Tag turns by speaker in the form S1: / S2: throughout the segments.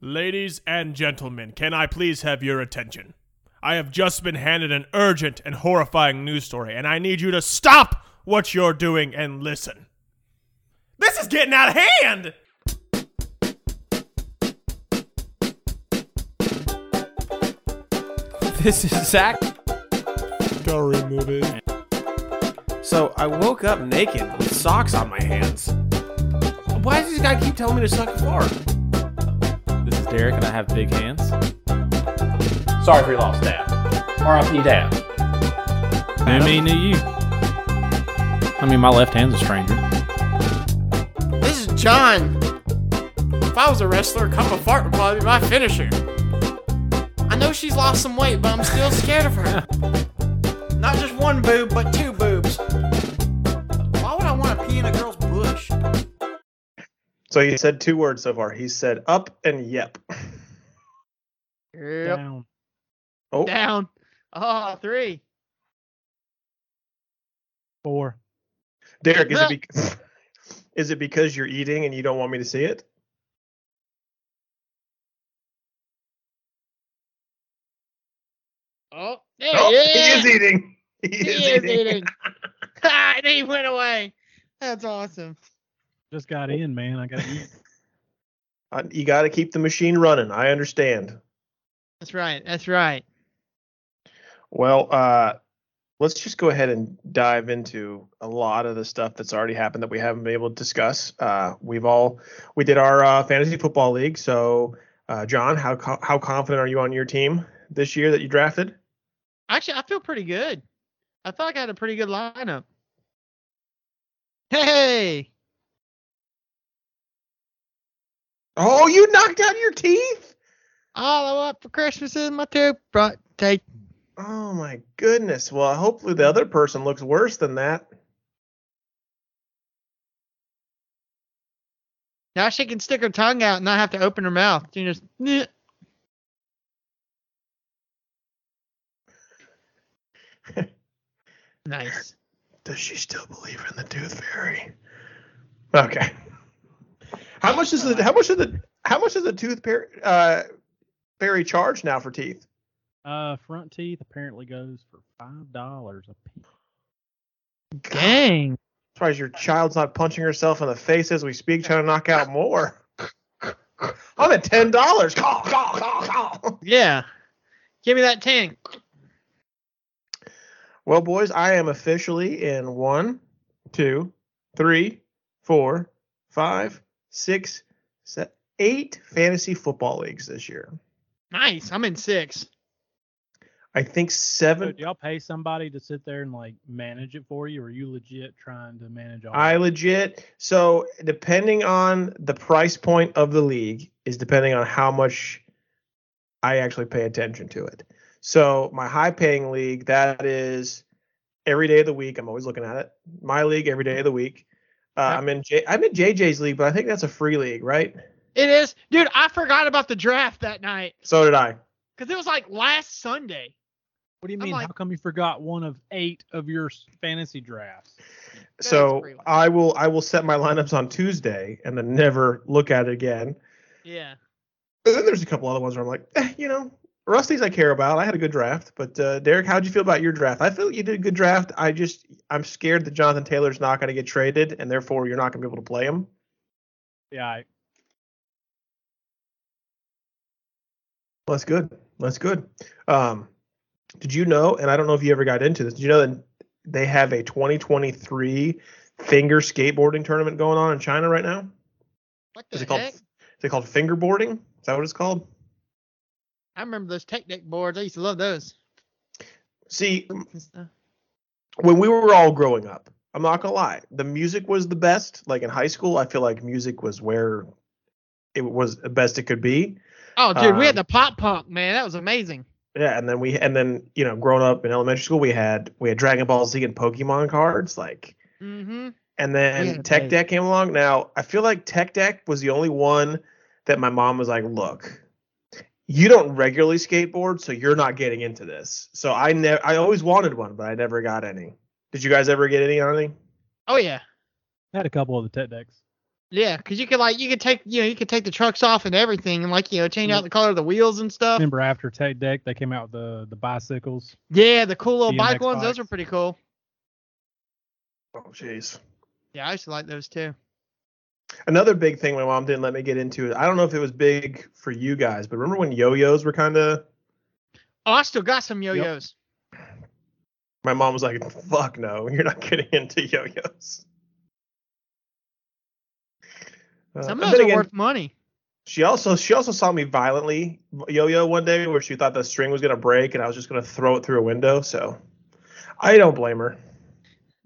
S1: Ladies and gentlemen, can I please have your attention? I have just been handed an urgent and horrifying news story, and I need you to stop what you're doing and listen. This is getting out of hand!
S2: This is Zach.
S3: Go remove it.
S4: So I woke up naked with socks on my hands. Why does this guy keep telling me to suck hard?
S2: This is Derek, and I have big hands.
S4: Sorry for your loss, Dad. RIP, Dad.
S2: I mean, you. I mean, my left hand's a stranger.
S4: This is John. If I was a wrestler, a cup of fart would probably be my finisher. I know she's lost some weight, but I'm still scared of her. Not just one boob, but two boobs. Why would I want to pee in a girl's bush?
S3: So he said two words so far. He said up and yep.
S5: Yep.
S2: Down.
S3: Oh,
S5: Down. Oh, three.
S6: Four.
S3: Derek, is it, because, is it because you're eating and you don't want me to see it?
S5: Oh, there
S3: oh,
S5: he is.
S3: he is eating. He,
S5: He
S3: is,
S5: is
S3: eating.
S5: eating. Ha, and he went away. That's awesome.
S6: Just got in, man. I got eat.
S3: Uh, you got to keep the machine running. I understand.
S5: That's right. That's right.
S3: Well, uh, let's just go ahead and dive into a lot of the stuff that's already happened that we haven't been able to discuss. Uh, we've all we did our uh, fantasy football league. So, uh, John, how co- how confident are you on your team this year that you drafted?
S5: Actually, I feel pretty good. I thought I had a pretty good lineup. Hey.
S3: Oh, you knocked out your teeth!
S5: All I want for Christmas is my toothbrush. Take.
S3: Oh my goodness. Well, hopefully the other person looks worse than that.
S5: Now she can stick her tongue out and not have to open her mouth. She just. "Nyeh." nice.
S3: Does she still believe in the tooth fairy? Okay. How much is the how much is the how much is the tooth fairy uh, fairy charge now for teeth?
S6: Uh, front teeth apparently goes for five dollars a piece.
S5: Dang.
S3: Surprised your child's not punching herself in the face as we speak, trying to knock out more. I'm at ten dollars. Call, call, call, call.
S5: Yeah. Give me that ten.
S3: Well, boys, I am officially in one, two, three, four, five, six, se- eight fantasy football leagues this year.
S5: Nice. I'm in six.
S3: I think
S6: So
S3: seven.
S6: do y'all pay somebody to sit there and like manage it for you, or are you legit trying to manage all?
S3: I
S6: that?
S3: legit. So depending on the price point of the league is depending on how much I actually pay attention to it. So my high paying league that is every day of the week. I'm always looking at it. My league every day of the week. Uh, I'm in J- I'm in JJ's league, but I think that's a free league, right?
S5: It is, dude. I forgot about the draft that night
S3: So did I.
S5: because it was like last Sunday.
S6: What do you
S5: I'm
S6: mean?
S5: like-
S6: How come you forgot one of eight of your s- fantasy drafts?
S5: That's
S3: So
S5: free league.
S3: I will I will set my lineups on Tuesday and then never look at it again.
S5: Yeah.
S3: And then there's a couple other ones where I'm like, eh, you know, Rusty's I care about. I had a good draft, but uh, Derek, how'd you feel about your draft? I feel you did a good draft. I just I'm scared that Jonathan Taylor's not going to get traded, and therefore you're not going to be able to play him.
S6: Yeah, I,
S3: Well, that's good. That's good. Um, did you know? And I don't know if you ever got into this. Did you know that they have a 2023 finger skateboarding tournament going on in China right now?
S5: What the
S3: Is it
S5: heck?
S3: called? Is it called fingerboarding? Is that what it's called?
S5: I remember those Technic boards. I used to love those.
S3: See,
S5: and
S3: Mm.
S5: stuff.
S3: when we were all growing up, I'm not gonna lie, the music was the best. Like in high school, I feel like music was where it was the best it could be.
S5: Oh, dude, we
S3: Um,
S5: had the pop punk man. That was amazing.
S3: Yeah, and then we and then you know, growing up in elementary school, we had we had Dragon Ball Z and Pokemon cards, like,
S5: Mm-hmm.
S3: and then
S5: Yeah,
S3: Tech
S5: right.
S3: Deck came along. Now I feel like Tech Deck was the only one that my mom was like, look. You don't regularly skateboard, so you're not getting into this. So I never, I always wanted one, but I never got any. Did you guys ever get any on any?
S5: Oh yeah.
S6: had a couple of the TED decks.
S5: Yeah, because you could like you could take you know you could take the trucks off and everything and like you know change
S3: Mm.
S5: out the color of the wheels and stuff.
S6: Remember after Tech Deck, they came out with the the bicycles.
S5: Yeah, the cool little
S6: BMX
S5: bike ones, those
S6: bikes.
S5: were pretty cool.
S3: Oh, jeez.
S5: Yeah, I used to like those too.
S3: Another big thing my mom didn't let me get into. I don't know if it was big for you guys, but remember when yo-yos were kind of?
S5: Oh, I still got some yo-yos.
S3: My mom was like, "Fuck no, you're not getting into yo-yos." Uh,
S5: Some
S3: but
S5: of those are
S3: again,
S5: worth money.
S3: She also she also saw me violently yo-yo one day where she thought the string was gonna break and I was just gonna throw it through a window. So I don't blame her.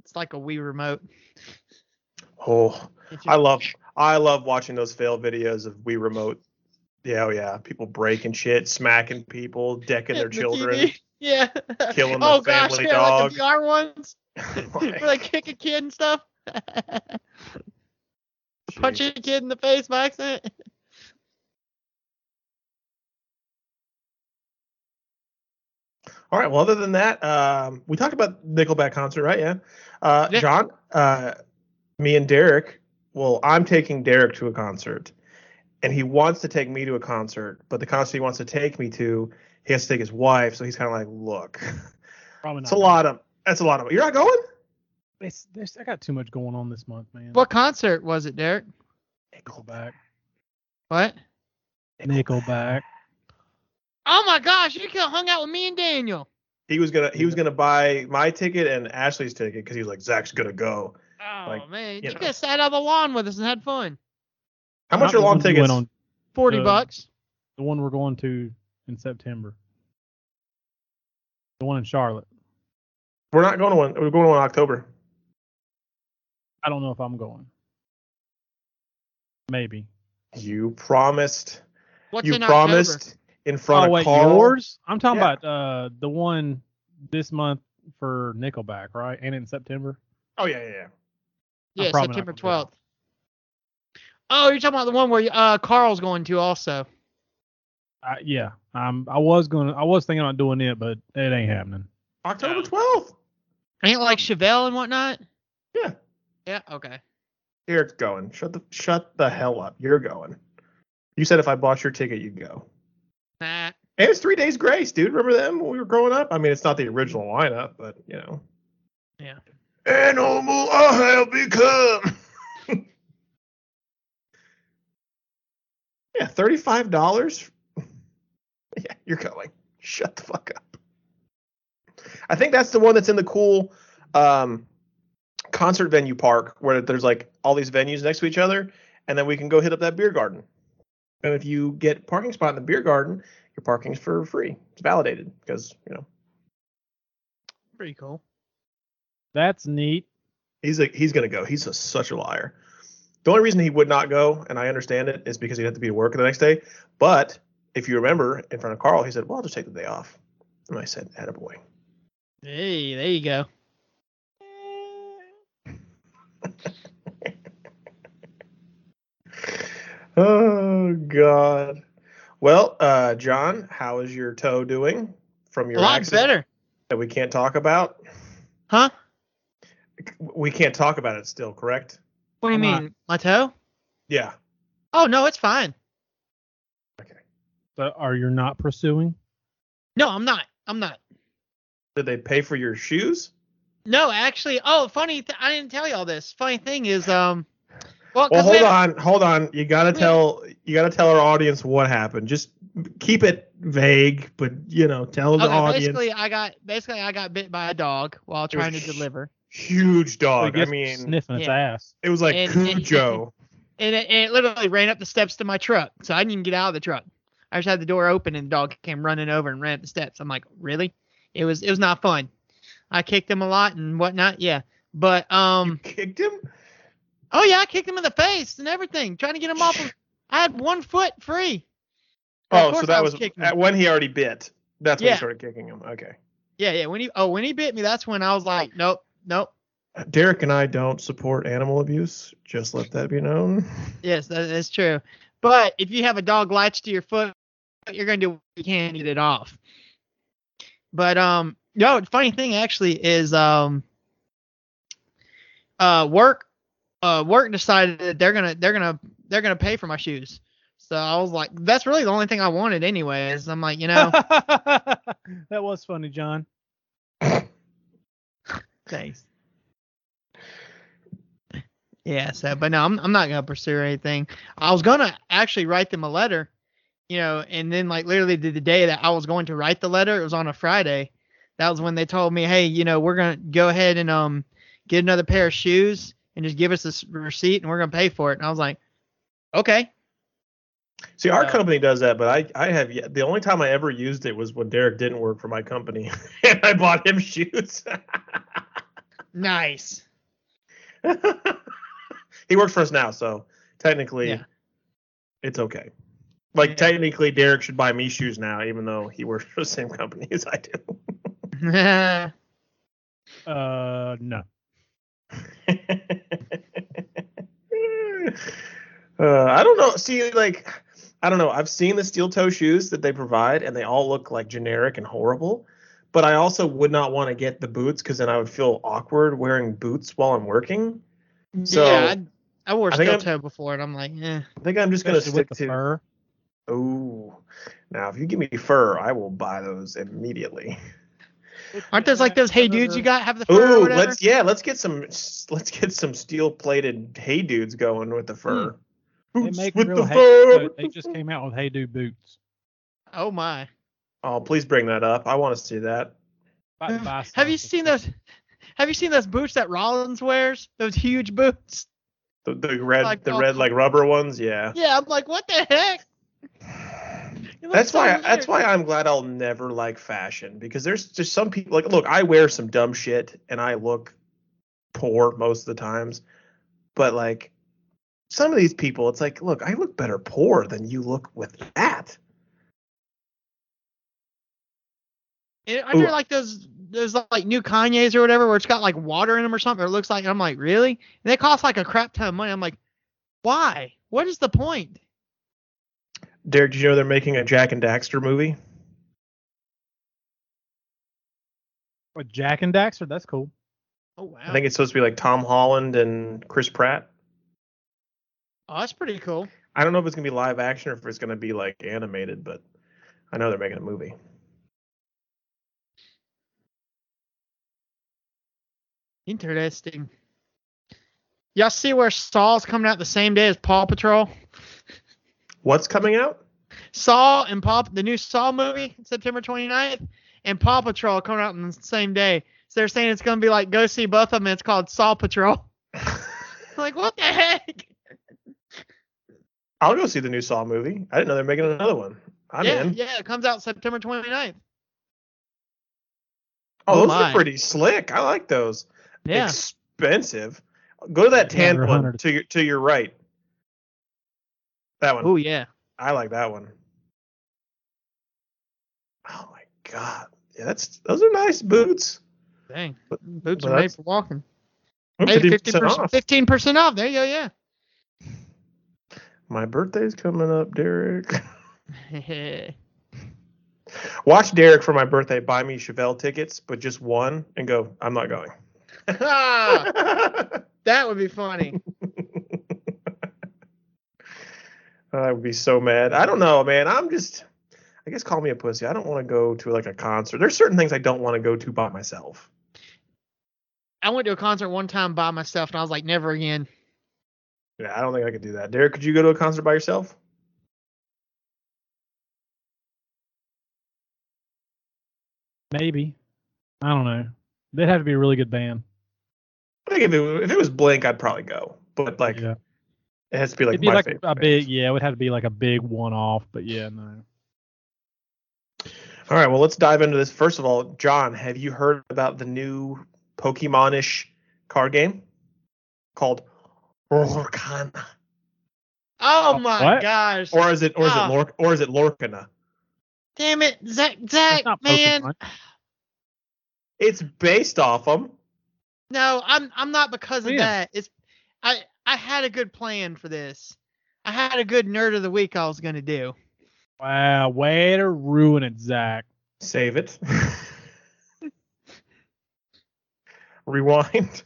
S5: It's like a Wii remote.
S3: Oh,
S5: It's
S3: I
S5: just-
S3: love I love watching those fail videos of Wii remote. Yeah, oh yeah, people breaking shit, smacking people, decking their
S5: the
S3: children.
S5: TV. Yeah.
S3: Killing the
S5: oh gosh,
S3: family
S5: yeah, like
S3: dog.
S5: the VR ones
S3: Like,
S5: where they kick a kid and stuff. Punch a kid in the face by accident.
S3: All right. Well, other than that, um, we talked about Nickelback concert, right? Yeah. Uh,
S5: Yeah.
S3: John, uh, me and Derek. Well, I'm taking Derek to a concert, and he wants to take me to a concert, but the concert he wants to take me to, he has to take his wife. So he's kind of like, look,
S6: Probably not.
S3: it's a lot of that's a lot of. You're not going?
S6: It's, there's, I got too much going on this month, man.
S5: What concert was it, Derek?
S6: Nickelback.
S5: What?
S6: Nickelback.
S5: Oh my gosh, you could have hung out with me and Daniel.
S3: He was gonna he was gonna buy my ticket and Ashley's ticket because he was like, Zach's gonna go.
S5: Oh
S3: Like,
S5: man, you,
S3: you know.
S5: could have sat on the lawn with us and had fun.
S3: How much are lawn
S6: Not the one we
S3: tickets?
S6: went on-
S5: Forty
S6: Uh,
S5: bucks.
S6: the one we're going to in September. The one in Charlotte.
S3: We're not going to one. We're going to one in October.
S6: I don't know if I'm going. Maybe.
S3: You promised.
S5: What's
S3: you
S5: in
S3: promised
S5: October?
S3: in front
S6: oh
S3: of
S6: wait,
S3: Carl.
S6: yours? I'm talking
S3: Yeah.
S6: about uh the one this month for Nickelback, right? And in September.
S3: Oh yeah, yeah, yeah.
S5: Yeah,
S6: probably not
S5: September
S6: gonna go.
S5: twelfth. Oh, you're talking about the one where uh, Carl's going to also.
S6: I, yeah, um, I was gonna, I was thinking about doing it, but it ain't happening.
S3: October twelfth.
S5: Ain't like Chevelle and whatnot.
S3: Yeah.
S5: Yeah. Okay.
S3: Eric's going. Shut the shut the hell up. You're going. You said if I bought your ticket, you'd go.
S5: Nah.
S3: And it's three days grace, dude. Remember them when we were growing up? I mean, it's not the original lineup, but you know.
S5: Yeah.
S3: Animal I have become. yeah, thirty-five dollars. yeah, you're going. Shut the fuck up. I think that's the one that's in the cool um, concert venue park where there's like all these venues next to each other, and then we can go hit up that beer garden. And if you get parking spot in the beer garden, your parking's for free. It's validated because you know
S5: Pretty cool.
S6: That's neat.
S3: he's a, he's gonna go. He's a, such a liar. The only reason he would not go, and I understand it, is because he'd have to be to work the next day. But if you remember, in front of Carl, he said, "Well, I'll just take the day off," and I said, "Attaboy."
S5: Hey, there you go.
S3: Oh God. Well, uh, John, how is your toe doing from your
S5: a lot
S3: accident
S5: better,
S3: that we can't talk about?
S5: huh?
S3: We can't talk about it still, correct?
S5: What do you
S6: I'm not-
S5: mean, my toe?
S3: Yeah.
S5: Oh no, it's fine.
S6: So, are you not pursuing?
S5: No, I'm not. I'm not.
S3: Did they pay for your shoes?
S5: No, actually. Oh, funny. Th- I didn't tell you all this. Funny thing is, um. Well, 'cause
S3: Well,
S5: we
S3: hold
S5: haven't-
S3: on, hold on. You gotta
S5: Yeah.
S3: tell you gotta tell our audience what happened. Just keep it vague, but you know, tell the
S5: okay,
S3: audience.
S5: basically I got basically I got bit by a dog while
S3: It was
S5: trying to
S3: sh-
S5: deliver,
S3: Huge dog. I
S6: guess
S3: mean,
S6: sniffing its
S5: yeah.
S6: ass.
S3: it was like
S5: And- and-
S3: Cujo.
S5: and it, and it literally ran up the steps to my truck, so I didn't even get out of the truck. I just had the door open and the dog came running over and ran up the steps. I'm like, really? It was it was not fun. I kicked him a lot and whatnot, yeah. But um,
S3: Kicked him.
S5: oh yeah, I kicked him in the face and everything, trying to get him off. Of, I had one foot free. Of
S3: Oh, so
S5: course
S3: that
S5: I
S3: was,
S5: kicking him.
S3: at when he already bit. That's when
S5: Yeah.
S3: he started kicking him. Okay.
S5: yeah, yeah. When he oh when he bit me, that's when I was like, nope, nope.
S3: Derek and I don't support animal abuse. Just let that be known.
S5: Yes, that is true. But if you have a dog latched to your foot, you're gonna do what you can to get it off. But um, no. the Funny thing actually is um, uh, work uh, work decided that they're gonna they're gonna they're gonna pay for my shoes. So I was like, that's really the only thing I wanted, anyways. I'm like, you know,
S6: that was funny, John.
S5: Thanks. Yeah, so but no, I'm I'm not gonna pursue anything. I was gonna actually write them a letter, you know, and then like literally the, the day that I was going to write the letter, it was on a Friday. That was when they told me, hey, you know, we're gonna go ahead and um get another pair of shoes and just give us this receipt and we're gonna pay for it. And I was like, okay.
S3: See, our
S5: No.
S3: company does that, but I, I have yet. The only time I ever used it was when Derek didn't work for my company, and I bought him shoes.
S5: Nice.
S3: he works for us now, so technically,
S5: Yeah.
S3: it's okay. Like
S5: Yeah.
S3: technically, Derek should buy me shoes now, even though he works for the same company as I do.
S5: yeah,
S6: Uh, no.
S3: uh, I don't know. See, like, I don't know. I've seen the steel toe shoes that they provide, and they all look like generic and horrible. But I also would not want to get the boots because then I would feel awkward wearing boots while I'm working. So
S5: I, I wore
S3: I think
S5: steel
S3: I'm-
S5: toe before and I'm like, eh.
S3: I think I'm just going to
S6: Especially
S3: stick
S6: with the
S3: to.
S6: fur.
S3: Oh, now if you give me fur, I will buy those immediately.
S5: Aren't those like those hey dudes you got have the fur or
S3: Ooh,
S5: whatever?
S3: let's yeah, let's get some let's get some steel plated hey dudes going with the fur.
S6: They
S3: Boots
S6: make
S3: with
S6: real
S3: the
S6: hey,
S3: fur.
S6: so They just came out with Hey Dude boots.
S5: Oh my.
S3: Oh, please bring that up. I want to see that.
S6: About to buy
S5: Have you
S6: some.
S5: seen those? Have you seen those boots that Rollins wears? Those huge boots?
S3: The, the red,
S5: Like,
S3: the
S5: oh,
S3: red like rubber ones. Yeah.
S5: Yeah, I'm like, what the heck? It looks
S3: That's
S5: so
S3: why. That's
S5: weird.
S3: why I'm glad I'll never like fashion because there's just some people like look. I wear some dumb shit and I look poor most of the times, but like some of these people, it's like look, I look better poor than you look with that.
S5: And aren't there
S3: Ooh.
S5: like those those like new Kanye's or whatever where it's got like water in them or something? Or it looks like I'm like, really? And they cost like a crap ton of money. I'm like, why? What is the point?
S3: Derek, did you know they're making a Jack and Daxter movie?
S6: With Jack and Daxter? That's cool.
S5: Oh wow,
S3: I think it's supposed to be like Tom Holland and Chris Pratt.
S5: oh, that's pretty cool.
S3: I don't know if it's gonna be live action or if it's gonna be like animated, but I know they're making a movie.
S5: Interesting. Y'all see where Saw's coming out the same day as Paw Patrol?
S3: What's coming out?
S5: Saw and Paw the new Saw movie September 29th and Paw Patrol coming out on the same day. So they're saying it's gonna be like go see both of them. And it's called Saw Patrol. like what the heck?
S3: I'll go see the new Saw movie. I didn't know they're making another one. I'm
S5: yeah,
S3: in.
S5: yeah, it comes out September 29th.
S3: Oh,
S5: Oh
S3: those
S5: my.
S3: are pretty slick. I like those.
S5: Yeah,
S3: Expensive. Go to that
S6: Yeah,
S3: tan
S6: they're
S3: one
S6: 100.
S3: to your to your right. That one.
S5: oh yeah.
S3: I like that one. Oh my god. Yeah, that's those are nice boots.
S5: Dang,
S3: But-
S5: boots
S3: but
S5: are made
S3: that's-
S5: for walking.
S3: Ooh,
S5: Hey,
S3: 50%
S5: 50%,
S3: off.
S5: 15% off. There you go. Yeah.
S3: My birthday's coming up, Derek.
S5: yeah,
S3: Watch Derek for my birthday buy me Chevelle tickets, but just one, and go. I'm not going.
S5: Ah.
S3: that
S5: that would be funny.
S3: would be so mad. I don't know, man. I'm just. I guess call me a pussy. I don't want to go to like a concert. There's certain things I don't want to go to by myself.
S5: I went to a concert one time by myself, and I was like, never again.
S3: Yeah, I don't think I could do that. Derek, could you go to a concert by yourself?
S6: Maybe. I don't know. They'd have to be a really good band.
S3: I think if it, if it was Blink, I'd probably go. But like,
S6: yeah.
S3: it has to be like
S6: It'd be
S3: my
S6: like
S3: favorite
S6: a
S3: band.
S6: big, yeah, it would have to be like a big one off, but yeah, no.
S3: All right, well, let's dive into this. First of all, John, have you heard about the new Pokemon-ish card game called Lorcana,
S5: Oh
S6: Oh,
S5: my
S6: what?
S5: gosh.
S3: or is it or is it
S5: Ah.
S3: Lor- or is it Lorcana?
S5: Damn it, Zach, Zach,
S6: That's not
S5: man.
S6: Pokemon.
S3: It's based off them.
S5: No, I'm I'm not because of
S6: Yeah.
S5: that. It's I I had a good plan for this. I had a good nerd of the week I was gonna do.
S6: Wow, way to ruin it, Zach.
S3: Save it. Rewind.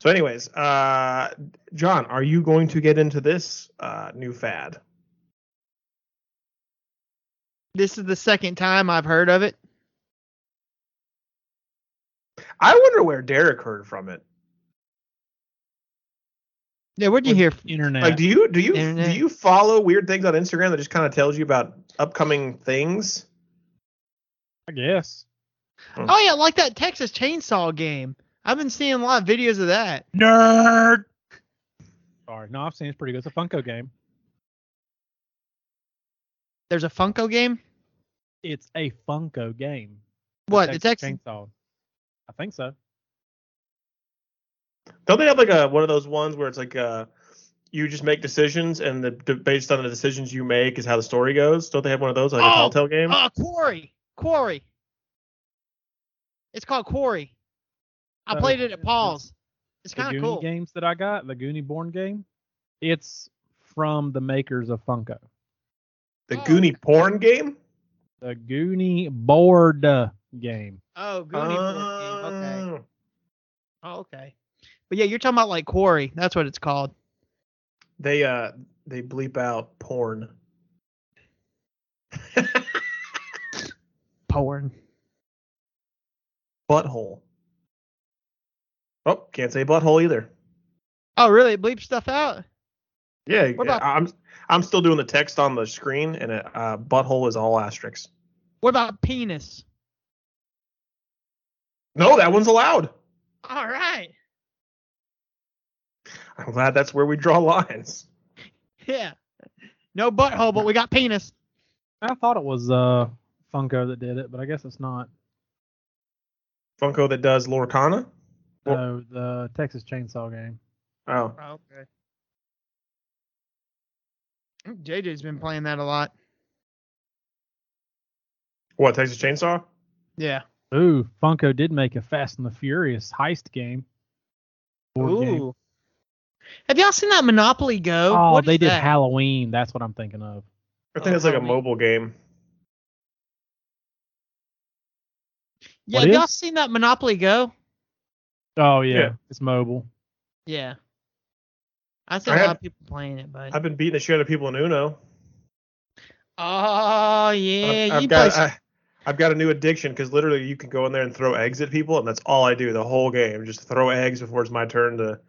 S3: So, anyways, uh, John, are you going to get into this uh, new fad?
S5: This is the second time I've heard of it.
S3: I wonder where Derek heard from it.
S5: Yeah, where'd you hear?
S6: Internet.
S3: Like, do you do you
S5: Internet.
S3: do you follow weird things on Instagram that just kind of tells you about upcoming things?
S6: I guess.
S5: Oh yeah, like that Texas Chainsaw game. I've been seeing a lot of videos of that.
S6: Nerd. Sorry, no, I've seen it's pretty good. It's a Funko game.
S5: There's a Funko game.
S6: It's a Funko game.
S5: What? The Texas?
S6: Chainsaw. I think so.
S3: Don't they have like a one of those ones where it's like uh, you just make decisions and the, the based on the decisions you make is how the story goes? Don't they have one of those like a
S5: Oh!
S3: Telltale game?
S5: Oh, Quarry. Quarry. It's called Quarry. I
S6: Oh,
S5: played it at Paul's. It's
S6: the
S5: kind
S6: Goonie
S5: of cool.
S6: games that I got, the Goonie Born game, it's from the makers of Funko.
S3: the
S5: oh.
S3: Goonie porn game?
S6: The Goonie board uh, game.
S5: Oh, Goonie Board game. Okay.
S3: Oh.
S5: Oh, okay. But yeah, you're talking about like Quarry. That's what it's called.
S3: They uh they bleep out porn.
S5: Porn.
S3: butthole. Oh, can't say butthole either.
S5: Oh, really? It bleeps stuff out?
S3: Yeah,
S5: What about-
S3: I'm I'm still doing the text on the screen, and uh, butthole is all asterisks.
S5: What about penis?
S3: No, that one's allowed.
S5: All right.
S3: I'm glad that's where we draw lines.
S5: Yeah. No butthole, but we got penis.
S6: I thought it was uh, Funko that did it, but I guess it's not.
S3: Funko that does Lorcana. Well-
S6: No, the Texas Chainsaw game.
S3: Oh,
S5: Okay. JJ's been playing that a lot.
S3: what Texas Chainsaw?
S5: Yeah.
S6: Ooh, Funko did make a Fast and the Furious heist game. Board game.
S5: Ooh. Have y'all seen that Monopoly Go?
S6: Oh,
S5: What is
S6: they did
S5: that?
S6: Halloween. That's what I'm thinking of.
S3: I think
S5: Oh,
S3: it's like a
S5: Halloween.
S3: mobile game.
S5: Yeah,
S6: What
S5: have y'all
S6: is?
S5: seen that Monopoly Go?
S6: Oh yeah,
S3: Yeah.
S6: it's mobile.
S5: Yeah. I see a
S3: I
S5: lot
S3: had-
S5: of people playing it, but
S3: I've been beating the shit out of people in Uno.
S5: oh yeah,
S3: I've, I've
S5: you play.
S3: got
S5: s-
S3: I, have got a new addiction because literally you can go in there and throw eggs at people, and that's all I do the whole game. Just throw eggs before it's my turn to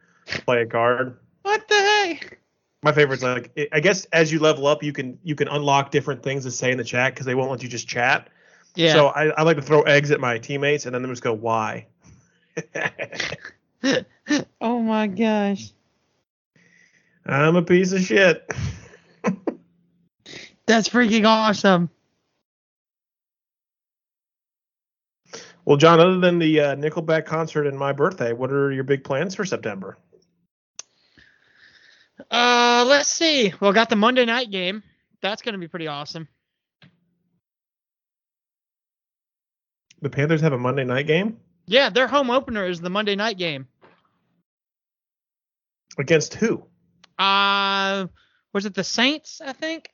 S3: play a card.
S5: what the heck?
S3: My favorite's like I- I guess as you level up, you can you can unlock different things to say in the chat because they won't let you just chat.
S5: Yeah.
S3: So I, I like to throw eggs at my teammates and then they just go why.
S5: oh my gosh,
S3: I'm a piece of shit.
S5: that's freaking awesome.
S3: well, John, other than the uh, Nickelback concert and my birthday, what are your big plans for September?
S5: Uh, let's see. Well, got the Monday night game. That's gonna be pretty awesome.
S3: The Panthers have a Monday night game
S5: Yeah, their home opener is the Monday night game.
S3: against who?
S5: Uh, was it the Saints? I think.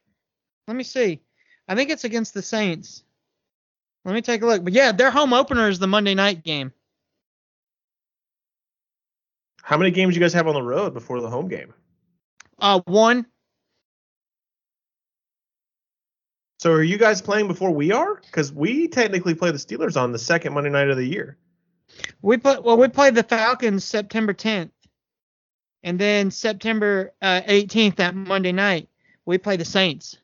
S5: Let me see. I think it's against the Saints. Let me take a look. But yeah, their home opener is the Monday night game.
S3: How many games you guys have on the road before the home game?
S5: Uh, one.
S3: So are you guys playing before we are? Because we technically play the Steelers on the second Monday night of the year.
S5: We play. Well, we played the Falcons September 10th, and then September uh, 18th that Monday night we play the Saints.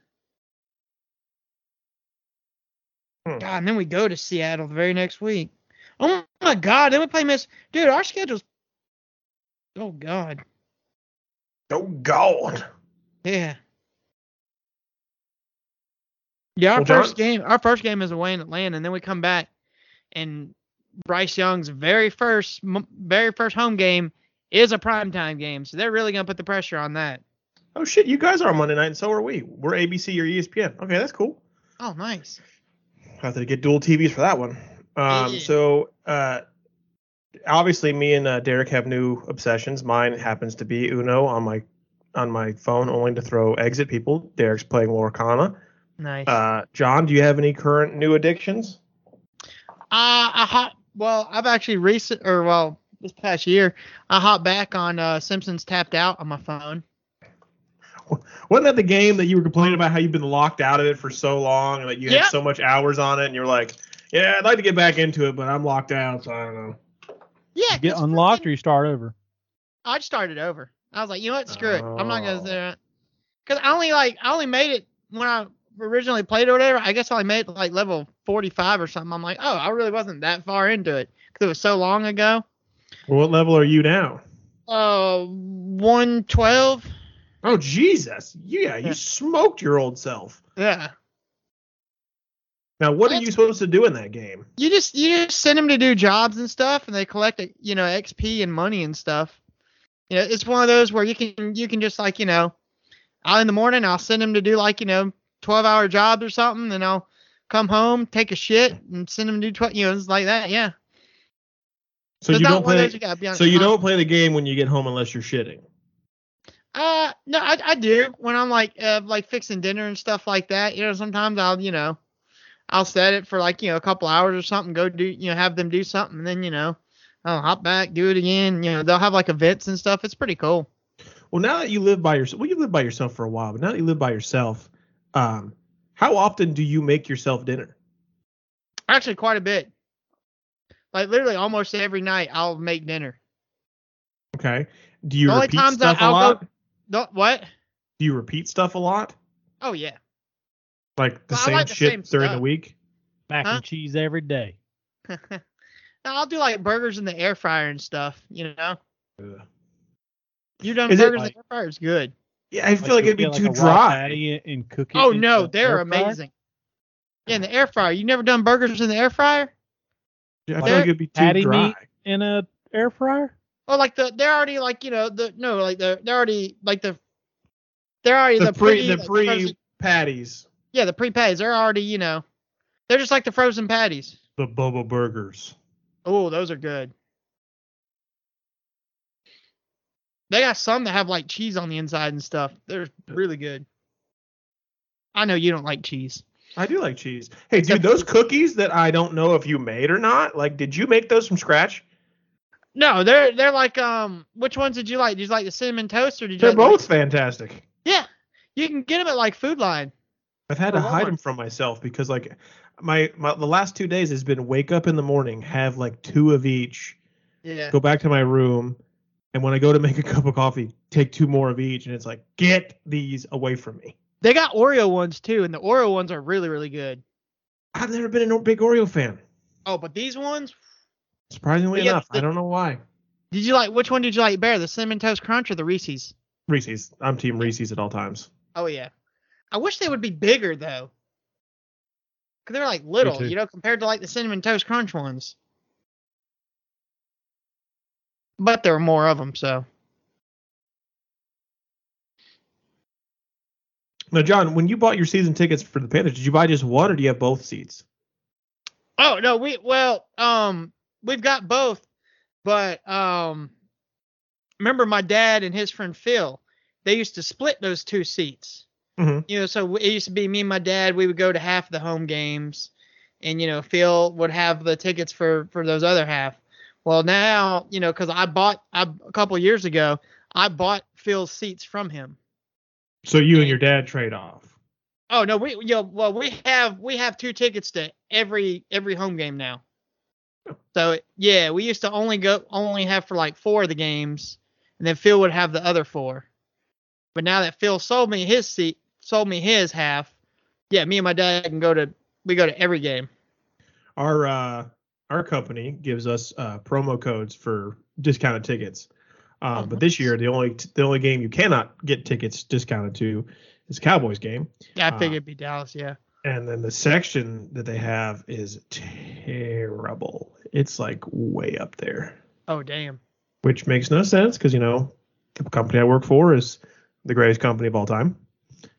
S3: Hmm.
S5: God, and then we go to Seattle the very next week. Oh my God! Then we play Miss. Dude, our schedule's. Oh God.
S3: Oh God.
S5: Yeah. Yeah, our
S3: Well, John-
S5: first game, our first game is away in Atlanta, and then we come back, and Bryce Young's very first, m- very first home game is a primetime game, so they're really gonna put the pressure on that.
S3: Oh shit, you guys are on Monday night and so are we. We're ABC or E ESPN. Okay, that's cool.
S5: Oh, nice.
S3: I have to get dual TVs for that one. Um,
S5: Yeah.
S3: so uh, obviously, me and uh, Derek have new obsessions. Mine happens to be Uno on my on my phone, only to throw eggs at people. Derek's playing Lorcana.
S5: Nice. Uh,
S3: Uh, John, do you have any current new addictions?
S5: I hot. Well, I've actually recent, or well, this past year, I hopped back on uh, Simpsons Tapped Out on my phone.
S3: Wasn't that the game that you were complaining about how you've been locked out of it for so long and that you
S5: Yep.
S3: had so much hours on it and you're like, yeah, I'd like to get back into it, but I'm locked out, so I don't know.
S5: Yeah,
S6: You get
S5: 'cause
S6: unlocked
S5: freaking-
S6: or you start over.
S5: I just started over. I was like, you know what? Screw it. I'm not gonna
S3: Oh.
S5: do Because I only like I only made it when I originally played or whatever. I guess I only made it to, like level 45 or something. I'm like, oh, I really wasn't that far into it because it was so long ago.
S3: Well, what level are you now?
S5: Uh, 112.
S3: Oh Jesus! Yeah, you
S5: Yeah.
S3: smoked your old self.
S5: Yeah.
S3: Now, what are
S5: That's-
S3: you supposed to do in that game?
S5: You just you just send them to do jobs and stuff, and they collect you know XP and money and stuff. You know, it's one of those where you can you can just like you know, out in the morning I'll send them to do like you know twelve hour jobs or something, then I'll come home take a shit and send them to do twelve you know it's like that yeah.
S3: So
S5: There's
S3: you
S5: not
S3: don't
S5: one of
S3: play.
S5: those gotta be on
S3: So you
S5: time.
S3: don't play the game when you get home unless you're shitting.
S5: Uh, no, I, I do when I'm like uh, like fixing dinner and stuff like that. You know, sometimes I'll you know, I'll set it for like you know a couple hours or something. Go do you know have them do something, and then you know, I'll hop back do it again. You know, they'll have like events and stuff. It's pretty cool.
S3: Well, now that you live by yourself, well, you lived by yourself for a while, but now that you live by yourself, um, how often do you make yourself dinner?
S5: Actually, quite a bit. Like literally almost every night I'll make dinner.
S3: Okay. Do you
S5: The only
S3: repeat
S5: times I-
S3: stuff a
S5: I'll go-
S3: lot?
S5: No, what?
S3: Do you repeat stuff a lot?
S5: Oh yeah.
S3: Like the
S5: Well, I
S3: same
S5: like the
S3: shit
S5: same
S3: during
S5: stuff.
S3: the week?
S6: Mac
S5: Huh?
S6: and cheese every day.
S5: no, I'll do like burgers in the air fryer and stuff. You know,
S3: Ugh.
S5: you done
S3: Is it
S5: burgers in
S6: like-
S5: the air fryer is good.
S3: Yeah, I feel like,
S6: you
S3: it'd be
S6: get,
S3: too
S6: a raw
S3: dry.
S6: patty and- and cook it
S5: Oh
S6: in
S5: no,
S6: the
S5: they're
S6: air fryer?
S5: amazing. Yeah, in the air fryer. You never done burgers in the air fryer?
S3: I feel
S5: There-
S3: like it'd be too
S6: Patty
S3: dry.
S6: meat in a air fryer.
S5: Oh, like the they're already like you know the no like the they're already like the they're already
S3: The,
S5: the,
S3: pre, the
S5: like,
S3: pre
S5: frozen-
S3: patties,
S5: yeah the pre patties they're already you know they're just like the frozen patties.
S3: the Bubba burgers.
S5: Oh, those are good. They got some that have like cheese on the inside and stuff. They're really good. I know you don't like cheese.
S3: I do like cheese. Hey, dude, those cookies that I don't know if you made or not, like, did you make those from scratch?
S5: No, they're they're like um which ones did you like? Did you like the cinnamon toast or did you
S3: They're
S5: like the-
S3: both fantastic.
S5: Yeah, you can get them at like Food Lion.
S3: I've had
S5: Oh,
S3: to hide
S5: Walmart.
S3: them from myself because, like, my, my the last two days has been wake up in the morning, have like two of each,
S5: Yeah.
S3: go back to my room, and when I go to make a cup of coffee, take two more of each, and it's like, get these away from me.
S5: They got Oreo ones too, and the Oreo ones are really really good.
S3: I've never been a big Oreo fan.
S5: Oh, but these ones?
S3: Surprisingly
S5: They get
S3: enough,
S5: the-
S3: I don't know why.
S5: Did you like which one did you like better, the cinnamon toast crunch or the Reese's?
S3: Reese's. I'm team Reese's at all times.
S5: Oh yeah. I wish they would be bigger though. Cause they're like little,
S6: too.
S5: you know, compared to like the cinnamon toast crunch ones. But there were more of them, so
S3: Now, John, when you bought your season tickets for the Panthers, did you buy just one or do you have both seats?
S5: Oh no, we well, um, we've got both, but um, remember my dad and his friend Phil, they used to split those two seats.
S3: Mhm.
S5: You know, so it used to be me and my dad. We would go to half the home games, and you know, Phil would have the tickets for for those other half. Well, now you know, because I bought I, a couple years ago, I bought Phil's seats from him.
S3: So you and your dad trade off.
S5: Oh no, we you know, well we have we have two tickets to every every home game now. So yeah, we used to only go only have for like four of the games, and then Phil would have the other four. But now that Phil sold me his seat, sold me his half, yeah, me and my dad can go to we go to every game.
S3: Our uh, our company gives us uh, promo codes for discounted tickets. Um,
S5: Oh,
S3: but this year, the only the only game you cannot get tickets discounted to is Cowboys game,
S5: Yeah, I
S3: Ah.
S5: figured it'd be Dallas. Yeah,
S3: and then the section that they have is terrible. It's like way up there.
S5: oh damn.
S3: which makes no sense because you know the company I work for is the greatest company of all time,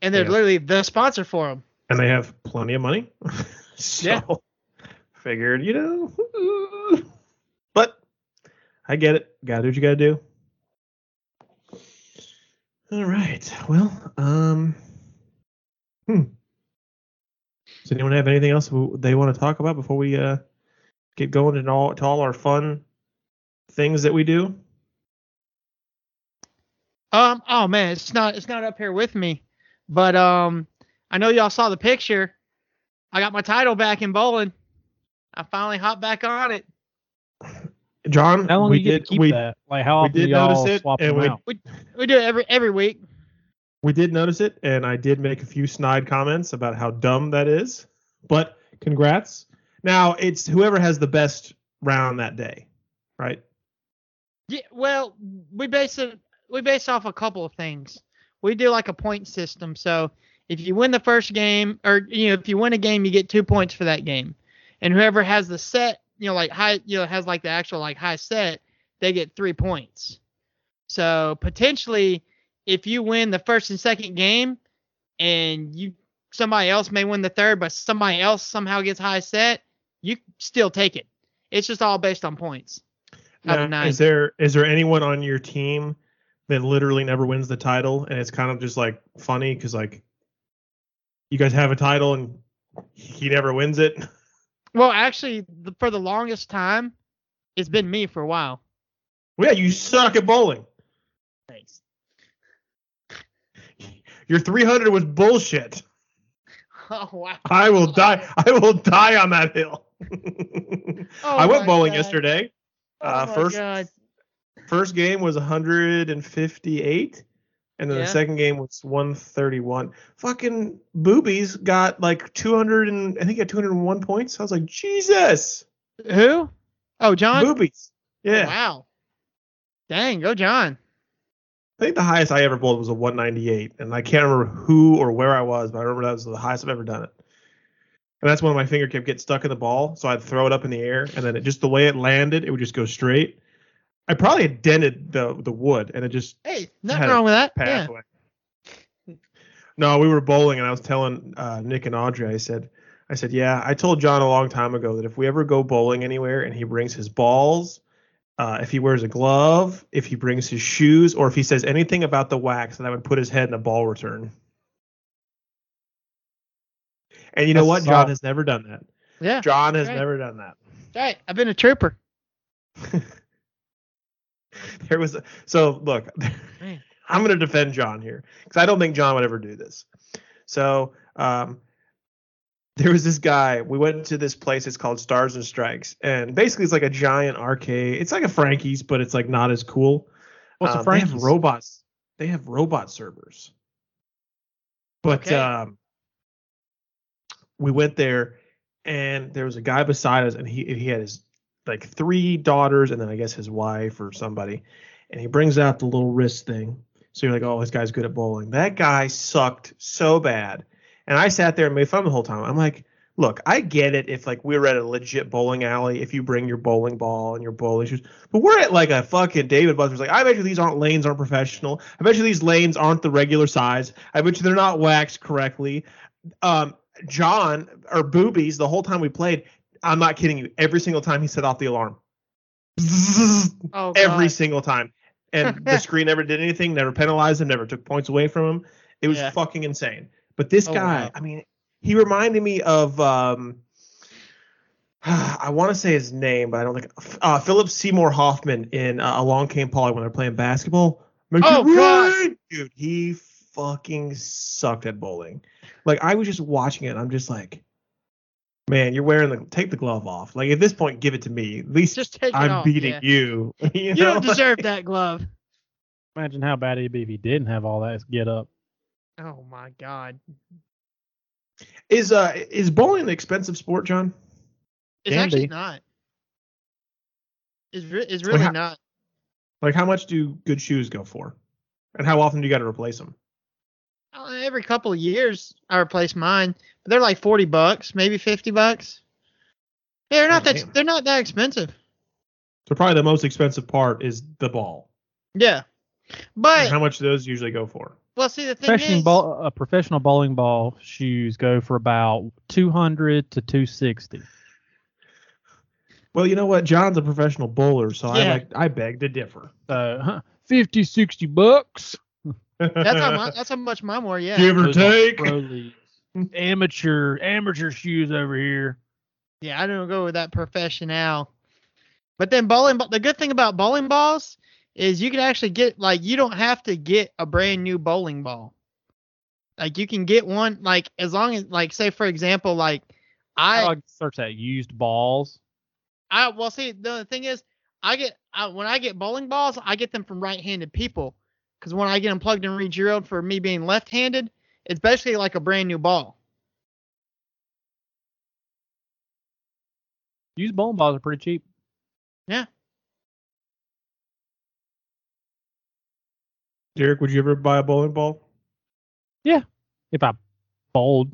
S5: And they're
S3: Yeah.
S5: literally the sponsor for him.
S3: and they have plenty of money. so
S5: Yeah.
S3: figured, you know, but I get it. Gotta do what you gotta do. All right. Well, um, hmm. Does anyone have anything else w- they want to talk about before we uh get going and all to all our fun things that we do?
S5: Um. Oh man, it's not it's not up here with me, but um, I know y'all saw the picture. I got my title back in bowling. I finally hopped back on it.
S3: John,
S6: How long
S3: we
S6: do you get
S3: did
S6: to keep
S3: we,
S6: that? Like how often
S3: did
S6: do y'all
S3: notice it,
S6: swap
S3: and
S6: them
S3: we-
S6: out?
S5: We do it every every week.
S3: we did notice it, and I did make a few snide comments about how dumb that is. But congrats. Now it's whoever has the best round that day, right?
S5: Yeah, well, we base it we base off a couple of things. We do like a point system. So if you win the first game, or you know, if you win a game, you get two points for that game, and whoever has the set, you know, like high, you know, has like the actual like high set, they get three points. So potentially, if you win the first and second game, and you somebody else may win the third, but somebody else somehow gets high set, you still take it. It's just all based on points. Out of
S3: Now,
S5: nine.
S3: Is there is there anyone on your team that literally never wins the title, and it's kind of just like funny because like you guys have a title and he never wins it.
S5: Well, actually, the, for the longest time, it's been me for a while.
S3: well, yeah, you suck at bowling.
S5: Thanks.
S3: Your 300 was bullshit.
S5: Oh wow.
S3: I will die. I will die on that hill.
S5: Oh,
S3: I went
S5: my
S3: bowling
S5: God.
S3: yesterday.
S5: Oh,
S3: uh,
S5: my
S3: first-
S5: God.
S3: First game was 158, and then
S5: Yeah.
S3: the second game was 131. Fucking boobies got like 200 and I think he got 201 points. I was like, Jesus,
S5: Who? Oh, John.
S3: boobies. Yeah,
S5: Wow. Dang, go John.
S3: I think the highest I ever bowled was a 198, and I can't remember who or where I was, but I remember that was the highest I've ever done it. And that's when my finger kept getting stuck in the ball, so I'd throw it up in the air, and then it just the way it landed, it would just go straight. I probably had dented the the wood, and it just
S5: Hey, nothing
S3: Had a
S5: wrong with that. Yeah.
S3: pathway. No, we were bowling, and I was telling uh, Nick and Audrey. I said, I said, yeah, I told John a long time ago that if we ever go bowling anywhere, and he brings his balls, uh, if he wears a glove, if he brings his shoes, or if he says anything about the wax, then I would put his head in a ball return. And you know
S6: That's
S3: what?
S6: solid.
S3: John has never done that.
S5: Yeah.
S3: John has
S5: right.
S3: never done that.
S5: Right. I've been a trooper.
S3: there was a, so look
S5: Man.
S3: i'm going to defend john here because i don't think john would ever do this so um, there was this guy we went to this place it's called stars and strikes and basically it's like a giant arcade it's like a frankie's but it's like not as cool
S6: What's
S3: Um,
S6: a Frankie's?
S3: they have robots they have robot servers but
S5: Okay.
S3: um, we went there and there was a guy beside us and he he had his like three daughters and then I guess his wife or somebody. And he brings out the little wrist thing. So you're like, oh, this guy's good at bowling. That guy sucked so bad. And I sat there and made fun the whole time. I'm like, look, I get it if like we were at a legit bowling alley, if you bring your bowling ball and your bowling shoes. But we're at like a fucking David Buster's like, I bet you these aren't lanes aren't professional. I bet you these lanes aren't the regular size. I bet you they're not waxed correctly. Um John or boobies the whole time we played, I'm not kidding you. Every single time he set off the alarm. Bzzz,
S5: Oh,
S3: Every
S5: God.
S3: single time. And the screen never did anything, never penalized him, never took points away from him. It was
S5: Yeah.
S3: fucking insane. But this
S5: Oh,
S3: guy,
S5: wow.
S3: I mean, he reminded me of um I want to say his name, but I don't think uh, Philip Seymour Hoffman in uh, Along Came Polly when they're playing basketball. Make it
S5: Oh, God.
S3: rain! dude, he fucking sucked at bowling. Like I was just watching it, and I'm just like, man, you're wearing the take the glove off. Like at this point, give it to me. At least
S5: Just take it
S3: I'm
S5: off.
S3: beating
S5: yeah.
S3: you. you,
S5: You,
S3: know?
S5: don't deserve that glove.
S6: Imagine how bad it'd be if he didn't have all that get up.
S5: Oh my God.
S3: Is uh is bowling an expensive sport, John?
S5: It's
S6: Can
S5: actually
S6: be.
S5: not. It's, re- it's
S3: Well,
S5: really
S3: how-
S5: not.
S3: Like how much do good shoes go for, and how often do you got to replace them?
S5: Uh, Every couple of years, I replace mine, but they're like forty bucks, maybe fifty bucks. They're not
S3: Oh,
S5: that.
S3: damn.
S5: They're not that expensive.
S3: So probably the most expensive part is the ball.
S5: Yeah,
S3: And
S5: but
S3: How much do those usually go for?
S5: well, see the thing
S6: Professional
S5: is,
S6: ball, a professional bowling ball shoes go for about 200 to 260.
S3: Well, you know what? John's a professional bowler, so I
S5: Yeah.
S3: like I beg to differ.
S6: So huh, 50, 60 bucks.
S5: that's how my, that's how much mine were. Yeah,
S3: Give or
S6: Those are
S3: take.
S6: pro leagues. amateur amateur shoes over here.
S5: yeah, I don't go with that professional. But then bowling, but the good thing about bowling balls is you can actually get like you don't have to get a brand new bowling ball. Like you can get one like as long as like say for example like I
S6: I search that used balls.
S5: I well see the thing is I get I, when I get bowling balls I get them from right-handed people because when I get them plugged and re-drilled for me being left-handed it's basically like a brand new ball.
S6: Used bowling balls are pretty cheap.
S3: Derek, would you ever buy a bowling ball?
S6: If I bowled.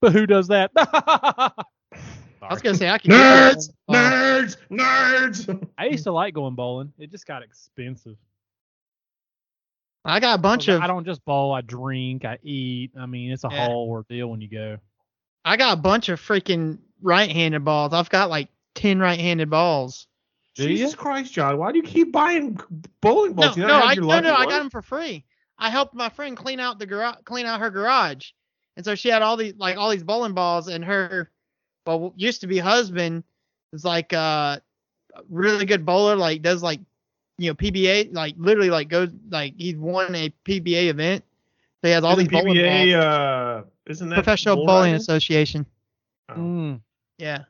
S6: But who does that?
S5: I was gonna say I can get
S3: Nerds, nerds, nerds.
S6: I used to like going bowling. It just got expensive.
S5: I got a bunch of
S6: I don't just bowl. I drink. I eat. I mean, it's a
S5: Yeah.
S6: whole ordeal when you go.
S5: I got a bunch of freaking right-handed balls. I've got like ten right-handed balls.
S6: Do
S3: Jesus
S6: ya?
S3: Christ, John, why do you keep buying bowling balls?
S5: no,
S3: you
S5: no,
S3: not have
S5: I,
S3: your
S5: no,
S3: lucky
S5: no, I
S3: one?
S5: got them for free. I helped my friend clean out the garage, clean out her garage, and so she had all these like all these bowling balls, and her, well, used to be husband, is like uh, a really good bowler, like does like, you know, PBA, like literally like goes like he's won a PBA event. So he has all
S3: Isn't
S5: these bowling
S3: PBA,
S5: balls.
S3: uh, isn't that
S5: Professional
S3: bull
S5: Bowling
S3: riding?
S5: Association.
S3: Oh.
S6: Mm.
S5: Yeah.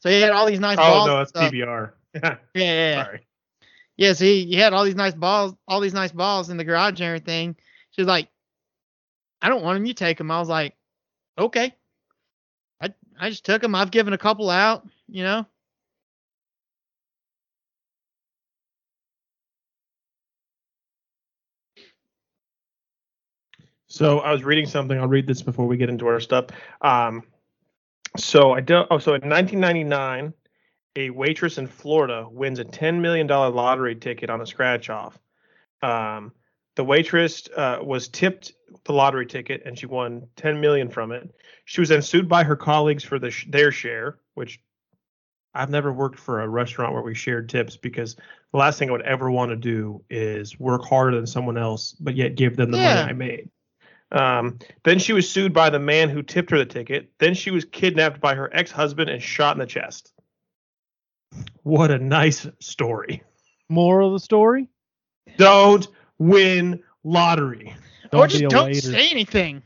S5: So he had all these nice
S3: Oh
S5: balls.
S3: no,
S5: and
S3: that's
S5: stuff.
S3: PBR.
S5: Yeah, yeah, yeah.
S3: Sorry.
S5: Yeah, so he, he had all these nice balls, all these nice balls in the garage and everything. She was like, I don't want them. You take them. I was like, okay. I I just took them. I've given a couple out, you know.
S3: So I was reading something. I'll read this before we get into our stuff. Um, so I don't. Oh, so in 1999, a waitress in Florida wins a 10 million dollar lottery ticket on a scratch off. Um, the waitress uh, was tipped the lottery ticket, and she won 10 million from it. She was then sued by her colleagues for the sh- their share, which I've never worked for a restaurant where we shared tips because the last thing I would ever want to do is work harder than someone else, but yet give them the
S5: Yeah.
S3: money I made. Um, then she was sued by the man who tipped her the ticket. Then she was kidnapped by her ex-husband and shot in the chest. What a nice story.
S6: Moral of the story?
S3: Don't win lottery.
S5: or
S6: Don't be
S5: just
S6: a
S5: don't
S6: waiter.
S5: say anything.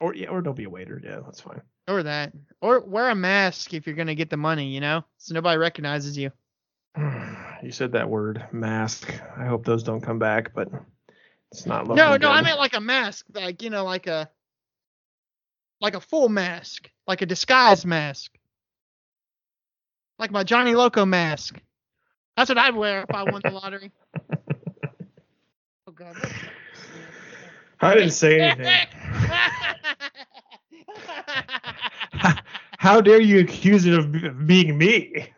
S3: Or yeah, or don't be a waiter. Yeah, that's fine.
S5: Or that. Or wear a mask if you're gonna get the money, you know? So nobody recognizes you.
S3: You said that word mask. I hope those don't come back, but it's not looking
S5: No, no,
S3: good.
S5: I meant like a mask, like you know, like a like a full mask, like a disguise mask, like my Johnny Loco mask. That's what I'd wear if I won the lottery. oh God. what-
S3: I didn't say anything. How dare you accuse it of b- of being me?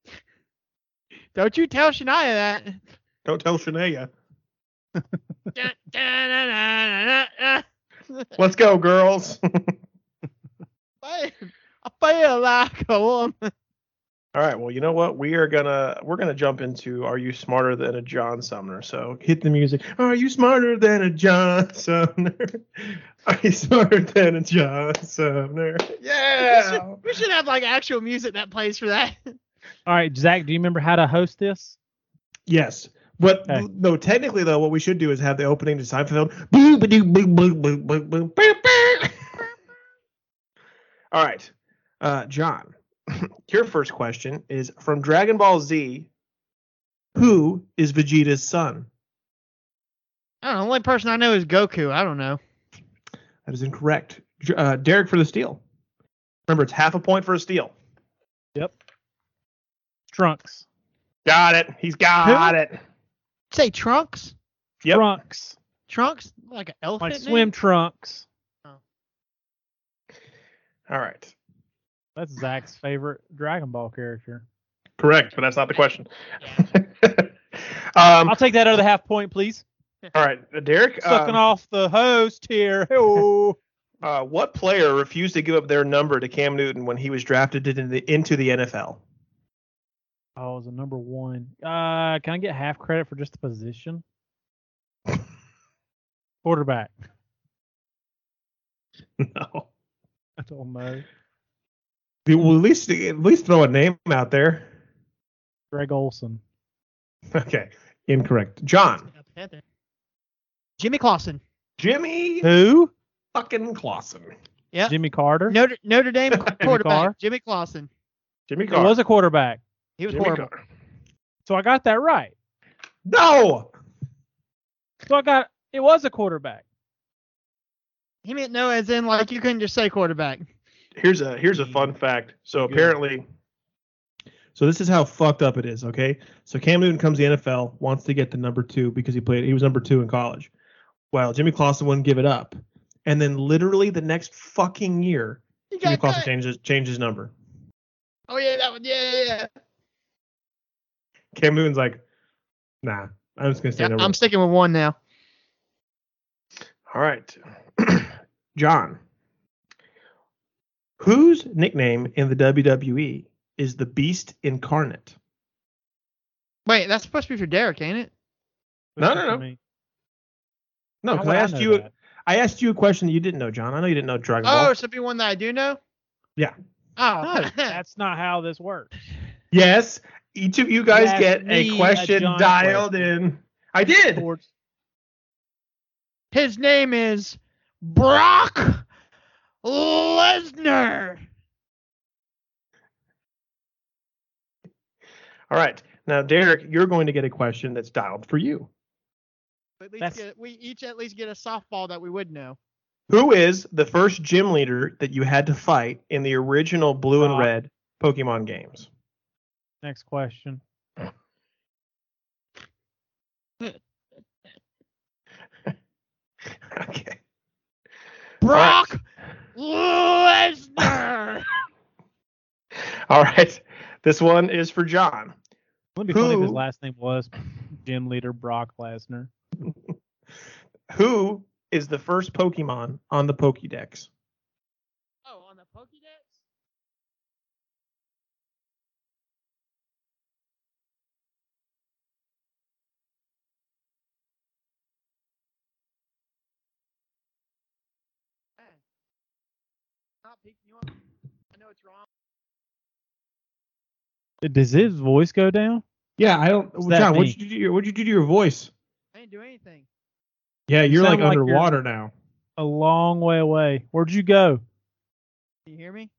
S5: Don't you tell Shania
S3: Don't tell Shania.
S5: that. Da- da- da- da- da- da.
S3: Let's go, girls.
S5: I feel like a woman.
S3: All right. Well, you know what? We are gonna we're gonna jump into Are You Smarter Than a John Sumner? So hit the music. Are you smarter than a John Sumner? Are you smarter than a John Sumner?
S5: We
S3: Yeah.
S5: should, we should have like actual music that plays for that.
S6: All right, Zach, do you remember how to host this?
S3: Yes. But
S6: Okay.
S3: no, technically though, what we should do is have the opening to Seinfeld. Boo ba doo boo boo boo boo boo boo boo. All right. Uh John, your first question is from Dragon Ball Z. Who is Vegeta's son?
S5: I don't know. The only person I know is Goku. I don't know.
S3: That is incorrect. J- Uh, Derek for the steal. Remember, it's half a point for a steal.
S6: Trunks.
S3: Got it. He's got it.
S5: Say Trunks?
S3: Yep.
S6: Trunks.
S5: Trunks? Like an elephant?
S6: Like
S5: name?
S6: swim trunks.
S3: All right.
S6: That's Zach's favorite Dragon Ball character.
S3: Correct, but that's not the question. um,
S5: Um,
S6: I'll take that other half point, please.
S3: all right, Derek.
S5: uh,
S6: Sucking
S3: Um,
S6: off the host here. Hey-oh.
S3: uh, what player refused to give up their number to Cam Newton when he was drafted into the, into the NFL?
S6: Oh, it was a number one. Uh, can I get half credit for just the position? Quarterback.
S3: no.
S6: I don't know.
S3: Well, at least at least throw a name out there.
S6: Greg Olson.
S3: Okay, incorrect. John,
S5: Up Heather. Jimmy Clausen.
S3: Jimmy
S6: Who?
S3: fucking Clausen,
S5: Yep.
S6: Jimmy Carter.
S5: Notre, Notre Dame
S6: Carr.
S5: quarterback Jimmy Clausen.
S3: Jimmy
S6: It
S3: Carr.
S6: was a quarterback.
S5: He was
S3: Jimmy
S5: horrible.
S3: Carr.
S6: So I got that right.
S3: No,
S6: So I got it was a quarterback.
S5: He meant no, as in like you couldn't just say quarterback.
S3: here's a here's a fun fact. So apparently, so this is how fucked up it is. Okay, so Cam Newton comes to the NFL, wants to get the number two because he played he was number two in college. Well, Jimmy Clausen wouldn't give it up, and then literally the next fucking year,
S5: He
S3: Jimmy
S5: got
S3: Clausen
S5: cut.
S3: changes changed his number.
S5: Oh yeah, that one. Yeah, yeah, yeah.
S3: Cam Newton's like, nah, I'm just gonna stay
S5: Yeah,
S3: number.
S5: I'm sticking with one now.
S3: All right, John. Whose nickname in the WWE is the Beast Incarnate?
S5: Wait, that's supposed to be for Derek, ain't it?
S3: No, no,
S6: That's
S3: no.
S6: what I mean.
S3: No,
S6: How
S3: because
S6: would
S3: I
S6: I
S3: asked
S6: know
S3: you.
S6: that?
S3: I asked you a question that you didn't know, John. I know you didn't know Dragon
S5: Oh,
S3: Ball.
S5: it's something one that I do know.
S3: Yeah.
S5: Oh,
S6: That's not how this works.
S3: Yes, each of you guys
S6: asked
S3: get
S6: me
S3: a
S6: a
S3: question
S6: John
S3: dialed in. I did.
S6: Towards-
S5: his name is Brock Lesnar.
S3: All right. Now, Derek, you're going to get a question that's dialed for you.
S5: At
S6: That's-
S5: least get, we each at least get a softball that we would know.
S3: Who is the first gym leader that you had to fight in the original Blue and
S6: Rock.
S3: Red Pokemon games?
S6: Next question.
S3: okay.
S5: Brock Lesnar.
S3: All right. This one is for John.
S6: Wouldn't it be funny if his
S3: Who?
S6: last name was gym leader Brock Lesnar.
S3: Who is the first Pokemon on the Pokédex?
S5: oh, on the Pokédex. Man. Not peeking you up. I know it's wrong.
S6: Does his voice go down?
S3: Yeah, I don't.
S6: What's that
S3: John, what'd
S6: mean?
S3: you, do to your, what'd you do to your voice?
S5: I didn't do anything.
S3: Yeah, you're
S6: sound
S3: like
S6: like you're-
S3: underwater now.
S6: A long way away. Where'd you go?
S5: Can you hear me?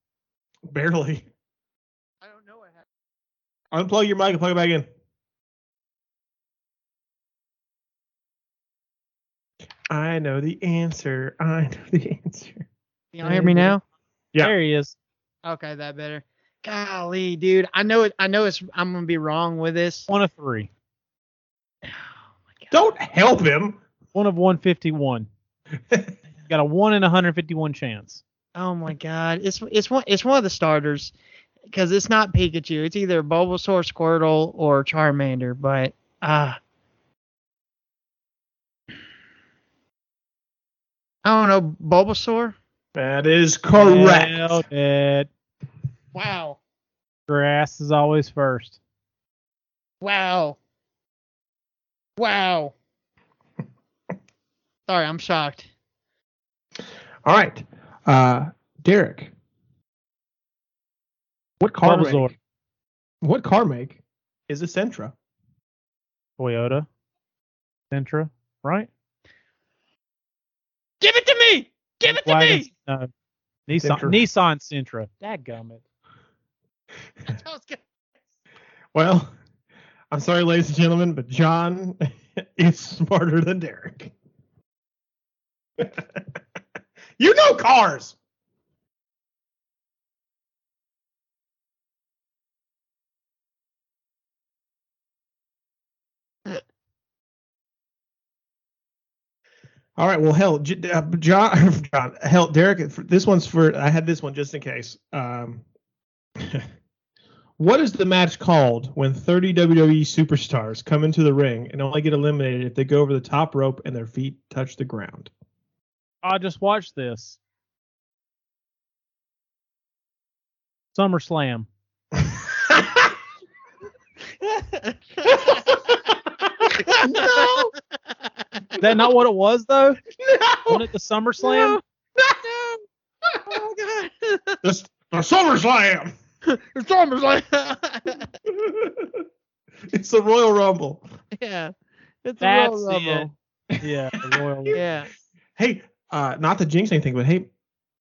S3: Barely.
S5: I don't know what happened.
S3: Unplug your mic and plug it back in. I know the answer. I know the answer.
S5: Can you hear me now?
S3: Yeah.
S6: There he is.
S5: Okay, that better. Golly, dude. I know it I know it's I'm gonna be wrong with this.
S6: One of three.
S3: Don't help him.
S6: One of 151. Got a one in 151 chance.
S5: Oh my god. It's it's one it's one of the starters. Because it's not Pikachu. It's either Bulbasaur Squirtle or Charmander, but uh I don't know, Bulbasaur?
S3: That is correct.
S6: Nailed it.
S5: Wow.
S6: Grass is always first.
S5: Wow. Wow. Sorry, I'm shocked.
S3: All right. Uh, Derek. What car
S6: Bulbasaur.
S3: make? What car make is a Sentra?
S6: Toyota. Sentra. Right?
S5: Give it to me! Give it to
S6: Volkswagen-
S5: me!
S6: No.
S3: Sentra.
S6: Nissan Nissan Sentra. Dadgummit.
S5: That was good.
S3: Well, I'm sorry, ladies and gentlemen, but John is smarter than Derek. you know cars. All right. Well, hell, J- uh, John, John, hell, Derek. This one's for. I had this one just in case. Um, what is the match called when 30 WWE E superstars come into the ring and only get eliminated if they go over the top rope and their feet touch the ground?
S6: I just watched this. SummerSlam.
S3: no,
S6: Is that not what it was though?
S3: no,
S6: Wasn't it the SummerSlam?
S5: Oh god.
S3: the, the SummerSlam.
S5: It's almost like
S3: It's the Royal Rumble.
S5: Yeah. It's
S2: That's
S5: a Royal Rumble.
S6: Yeah, the Royal Rumble.
S5: Yeah.
S3: Hey, uh, not to jinx anything, but hey,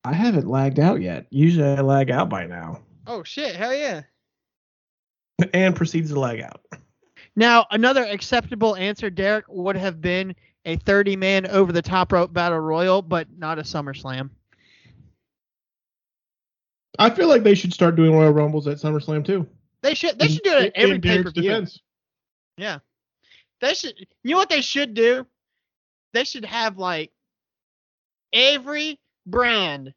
S3: I haven't lagged out yet. Usually I lag out by now.
S5: Oh shit, hell yeah.
S3: And proceeds to lag out.
S5: Now, another acceptable answer, Derek, would have been a 30 man over the top rope battle royal, but not a SummerSlam.
S3: I feel like they should start doing Royal Rumbles at SummerSlam too.
S5: They should they
S3: In-
S5: should do it at
S3: in-
S5: every
S3: in
S5: pay
S3: Derek's
S5: per view.
S3: defense.
S5: They should you know what they should do? They should have like every brand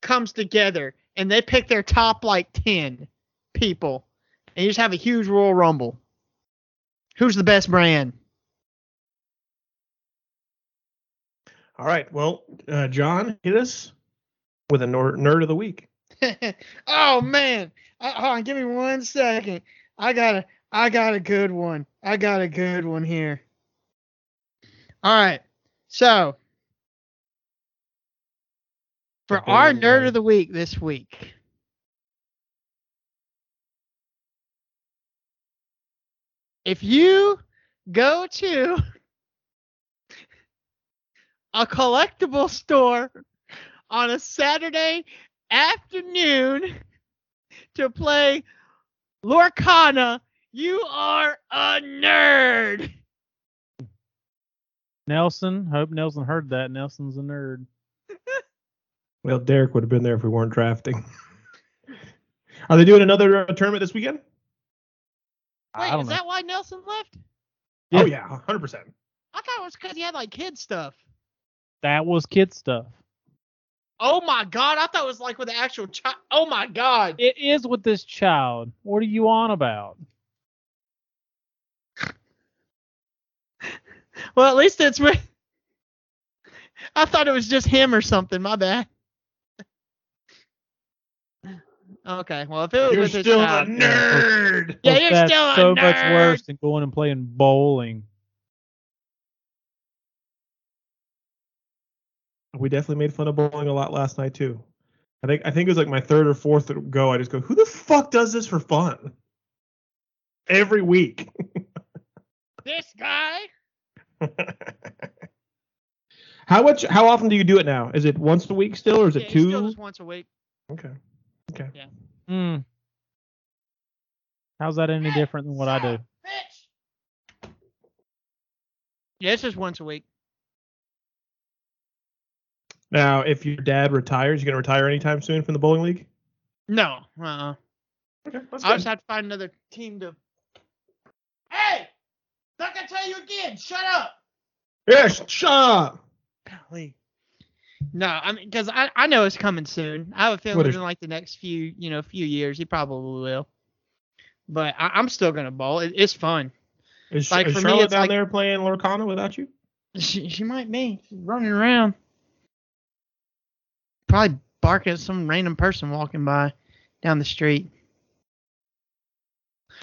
S5: comes together and they pick their top like ten people and you just have a huge Royal Rumble. Who's the best brand?
S3: All right. Well, uh, John, hit us with a nor- nerd of the week.
S5: oh man, Uh, hold on, give me one second. I got a, I got a good one. I got a good one here. All right, so for
S3: Okay,
S5: our nerd
S3: um,
S5: of the week this week, if you go to a collectible store on a Saturday afternoon to play Lorcana, you are a nerd.
S6: Nelson. Hope Nelson heard that. Nelson's a nerd.
S3: Well, Derek would have been there if we weren't drafting. Are they doing another uh, tournament this weekend?
S5: Wait,
S6: I don't
S5: is
S6: know.
S5: that why Nelson left?
S3: Oh
S6: Yeah.
S3: yeah, hundred percent.
S5: I thought it was because he had like kid stuff.
S6: That was kid stuff.
S5: Oh my god, I thought it was like with the actual child. Oh my god.
S6: It is with this child. What are you on about?
S5: Well, at least it's with. I thought it was just him or something. My bad. Okay, well, if it was
S3: You're
S5: with his
S3: still a
S5: child-
S3: nerd.
S5: Yeah,
S6: Look,
S5: you're
S6: that's
S5: still a
S6: so much
S5: nerd.
S6: worse than going and playing bowling.
S3: We definitely made fun of bowling a lot last night too. I think I think it was like my third or fourth go. I just go, who the fuck does this for fun? Every week.
S5: This guy.
S3: how much? How often do you do it now? Is it once a week still, or is
S5: Yeah,
S3: it
S5: he still
S3: two?
S5: does once a week.
S3: Okay.
S6: Hmm. How's that any different than what I do?
S5: Bitch. Yeah, it's just once a week.
S3: Now, if your dad retires, you gonna retire anytime soon from the bowling league?
S5: No, uh-uh.
S3: Okay, that's
S5: I
S3: good.
S5: just have to find another team to. Hey, not gonna tell you again. Shut up.
S3: Yeah, sh- shut up.
S5: Golly. No, I mean, because I, I know it's coming soon. I have a feeling
S3: What is-
S5: within like the next few you know few years he probably will. But I, I'm still gonna bowl. It, it's fun.
S3: Is,
S5: Like,
S3: is
S5: for me,
S3: Charlotte
S5: it's
S3: down
S5: like-
S3: there playing Lorcana without you?
S5: She she might be She's running around. Probably barking at some random person walking by down the street.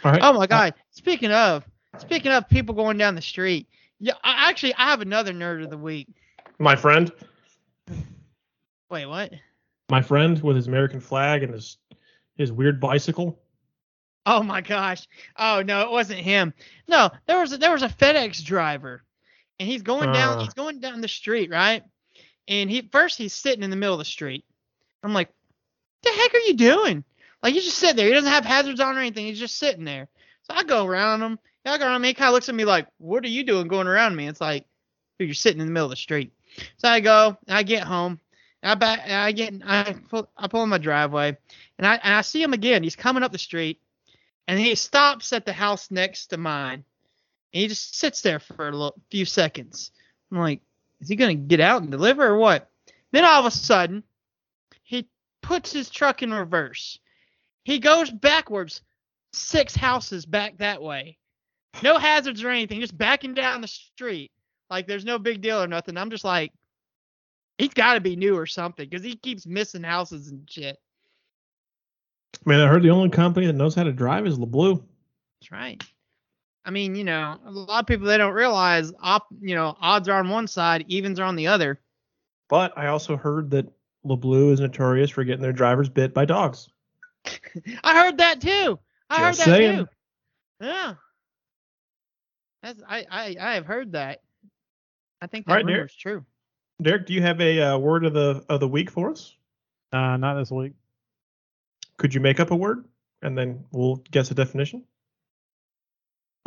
S3: All right.
S5: Oh my god! Speaking of speaking of people going down the street, yeah. I, actually, I have another nerd of the week.
S3: My friend,
S5: Wait, what?
S3: my friend with his American flag and his his weird bicycle.
S5: Oh my gosh! Oh no, it wasn't him. No, there was a, there was a FedEx driver, and he's going down
S3: Uh.
S5: he's going down the street right, and he first he's sitting in the middle of the street. I'm like, the heck are you doing? Like he's just sitting there. He doesn't have hazards on or anything. He's just sitting there. So I go around him. I go around me. He kind of looks at me like, what are you doing going around me? It's like, dude, you're sitting in the middle of the street. So I go and I get home. And I back. And I get. I pull. I pull in my driveway, and I and I see him again. He's coming up the street and he stops at the house next to mine and he just sits there for a little, few seconds i'm like is he going to get out and deliver or what then all of a sudden he puts his truck in reverse he goes backwards six houses back that way no hazards or anything just backing down the street like there's no big deal or nothing i'm just like he's got to be new or something because he keeps missing houses and shit
S3: Man, I heard the only company that knows how to drive is LeBlue.
S5: That's right. I mean, you know, a lot of people they don't realize op, you know, odds are on one side, evens are on the other.
S3: But I also heard that LeBlue is notorious for getting their drivers bit by dogs.
S5: I heard that too. I
S3: Just
S5: heard that
S3: saying.
S5: too. Yeah. That's I I I have heard that. I think
S3: All
S5: that
S3: right, Derek.
S5: rumor is true.
S3: Derek, do you have a uh, word of the of the week for us?
S6: Uh, not this week.
S3: Could you make up a word and then we'll guess a definition?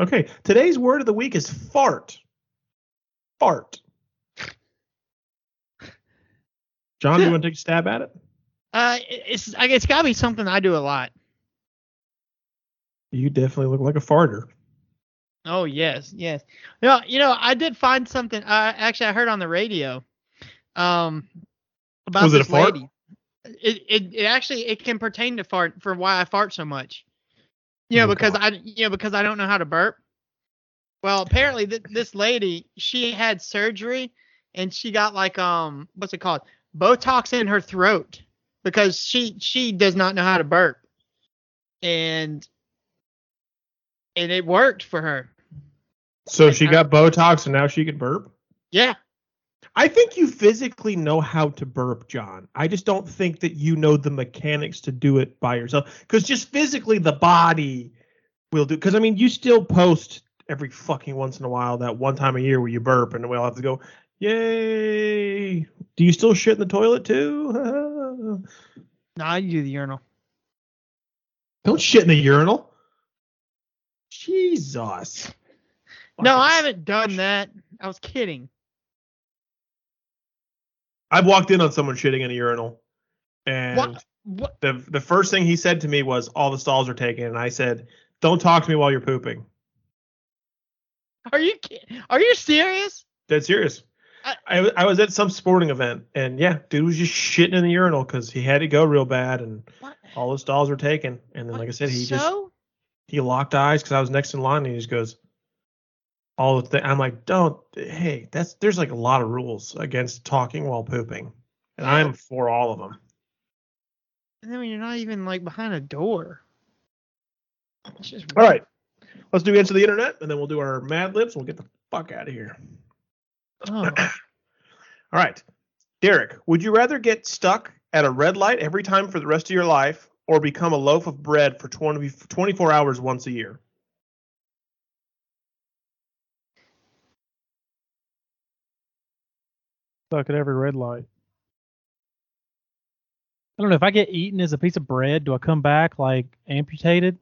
S3: Okay, today's word of the week is fart. Fart. John, do you want to take a stab at it?
S5: Uh, it- it's I guess it's gotta be something I do a lot.
S3: You definitely look like a farter.
S5: Oh yes, yes. No, you know I did find something. Uh, actually, I heard on the radio. Um, about
S3: Was it a
S5: this
S3: fart?
S5: lady. It, it it actually it can pertain to fart for why I fart so much. You know
S3: Oh,
S5: because I you know because I don't know how to burp. Well, apparently th- this lady she had surgery and she got like um what's it called Botox in her throat because she she does not know how to burp and and it worked for her.
S3: So she got Botox and now she can burp?
S5: Yeah.
S3: I think you physically know how to burp, John. I just don't think that you know the mechanics to do it by yourself. Because just physically, the body will do. Because I mean, you still post every fucking once in a while that one time a year where you burp, and we all have to go, "Yay!" Do you still shit in the toilet too?
S5: No, I do the urinal.
S3: don't shit in the urinal. Jesus.
S5: No,
S3: Fucking
S5: I haven't done that. I was kidding.
S3: I've walked in on someone shitting in a urinal, and
S5: What? What?
S3: the the first thing he said to me was, "All the stalls are taken," and I said, "Don't talk to me while you're pooping."
S5: Are you ki- Are you serious?
S3: Dead serious.
S5: I-
S3: I, wa- I was at some sporting event, and yeah, dude was just shitting in the urinal because he had to go real bad, and
S5: What?
S3: all the stalls were taken. And then, like I said, he just
S5: so?
S3: he locked eyes because I was next in line, and he just goes, "All the thing." I'm like, "Don't, hey, that's there's like a lot of rules against talking while pooping, and I'm for all of them."
S5: And then when you're not even like behind a door. It's just
S3: All
S5: weird.
S3: right. Let's do into the internet, and then we'll do our Mad Libs. and We'll get the fuck out of here.
S5: Oh,
S3: All right. Derek, would you rather get stuck at a red light every time for the rest of your life or become a loaf of bread for 20, 24 hours once a year?
S6: Stuck at every red light. I don't know if I get eaten as a piece of bread, do I come back like amputated?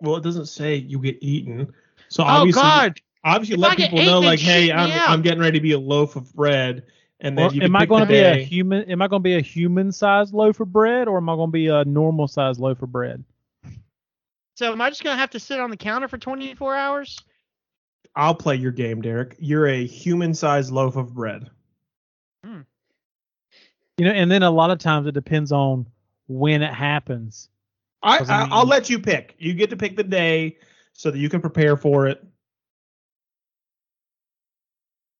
S3: Well, it doesn't say you get eaten. So
S5: oh
S3: obviously,
S5: God!
S3: obviously
S5: If I
S3: let
S5: get
S3: people
S5: eaten,
S3: know,
S5: they
S3: like, hey,
S5: shit me
S3: I'm,
S5: out.
S3: I'm getting ready to be a loaf of bread. And then
S6: Or
S3: you can
S6: am I
S3: pick the
S6: going to be a
S3: day.
S6: human? Am I going to be a human-sized loaf of bread, or am I going to be a normal-sized loaf of bread?
S5: So am I just gonna have to sit on the counter for 24 hours?
S3: I'll play your game, Derek. You're a human sized loaf of bread.
S6: You know, and then a lot of times it depends on when it happens.
S3: I,
S6: Doesn't
S3: I
S6: mean-
S3: I'll let you pick. You get to pick the day so that you can prepare for it.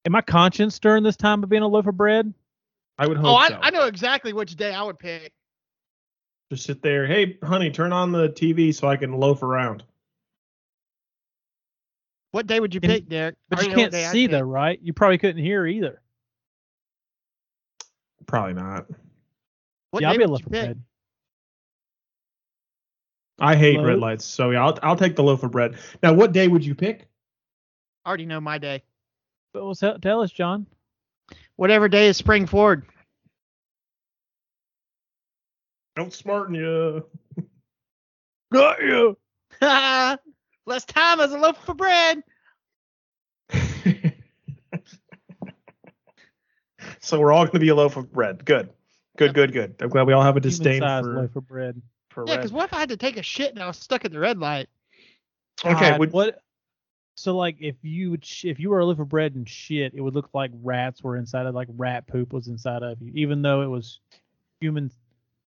S6: Am I conscious during this time of being a loaf of bread?
S3: I would hope
S5: Oh, I,
S3: so.
S5: I know exactly which day I would pick.
S3: Just sit there. Hey, honey, turn on the TV so I can loaf around.
S5: What day would you
S6: And-
S5: pick, Derek? I
S6: But you
S5: already know what
S6: can't
S5: day I
S6: see
S5: pick.
S6: though, right? You probably couldn't hear either.
S3: Probably not.
S5: What
S6: yeah, I'll
S5: day
S6: be a
S5: would
S6: loaf
S5: you
S6: of
S5: pick?
S6: bread.
S3: I hate red
S6: Loaf?
S3: lights, so yeah, I'll I'll take the loaf of bread. Now, what day would you pick?
S5: I already know my day.
S6: But well, tell, tell us, John.
S5: Whatever day is spring forward.
S3: Don't smarten you.
S6: Got you.
S5: Less time as a loaf of bread.
S3: so we're all going to be a loaf of bread. Good, good, good, good. I'm glad we all have a disdain
S6: Human-sized
S3: for,
S6: loaf of bread.
S3: for
S5: Yeah,
S3: red.
S5: because what if I had to take a shit and I was stuck at the red light?
S3: Okay,
S6: God,
S3: would,
S6: what? So like, if you would, sh- if you were a loaf of bread and shit, it would look like rats were inside of, like rat poop was inside of you, even though it was human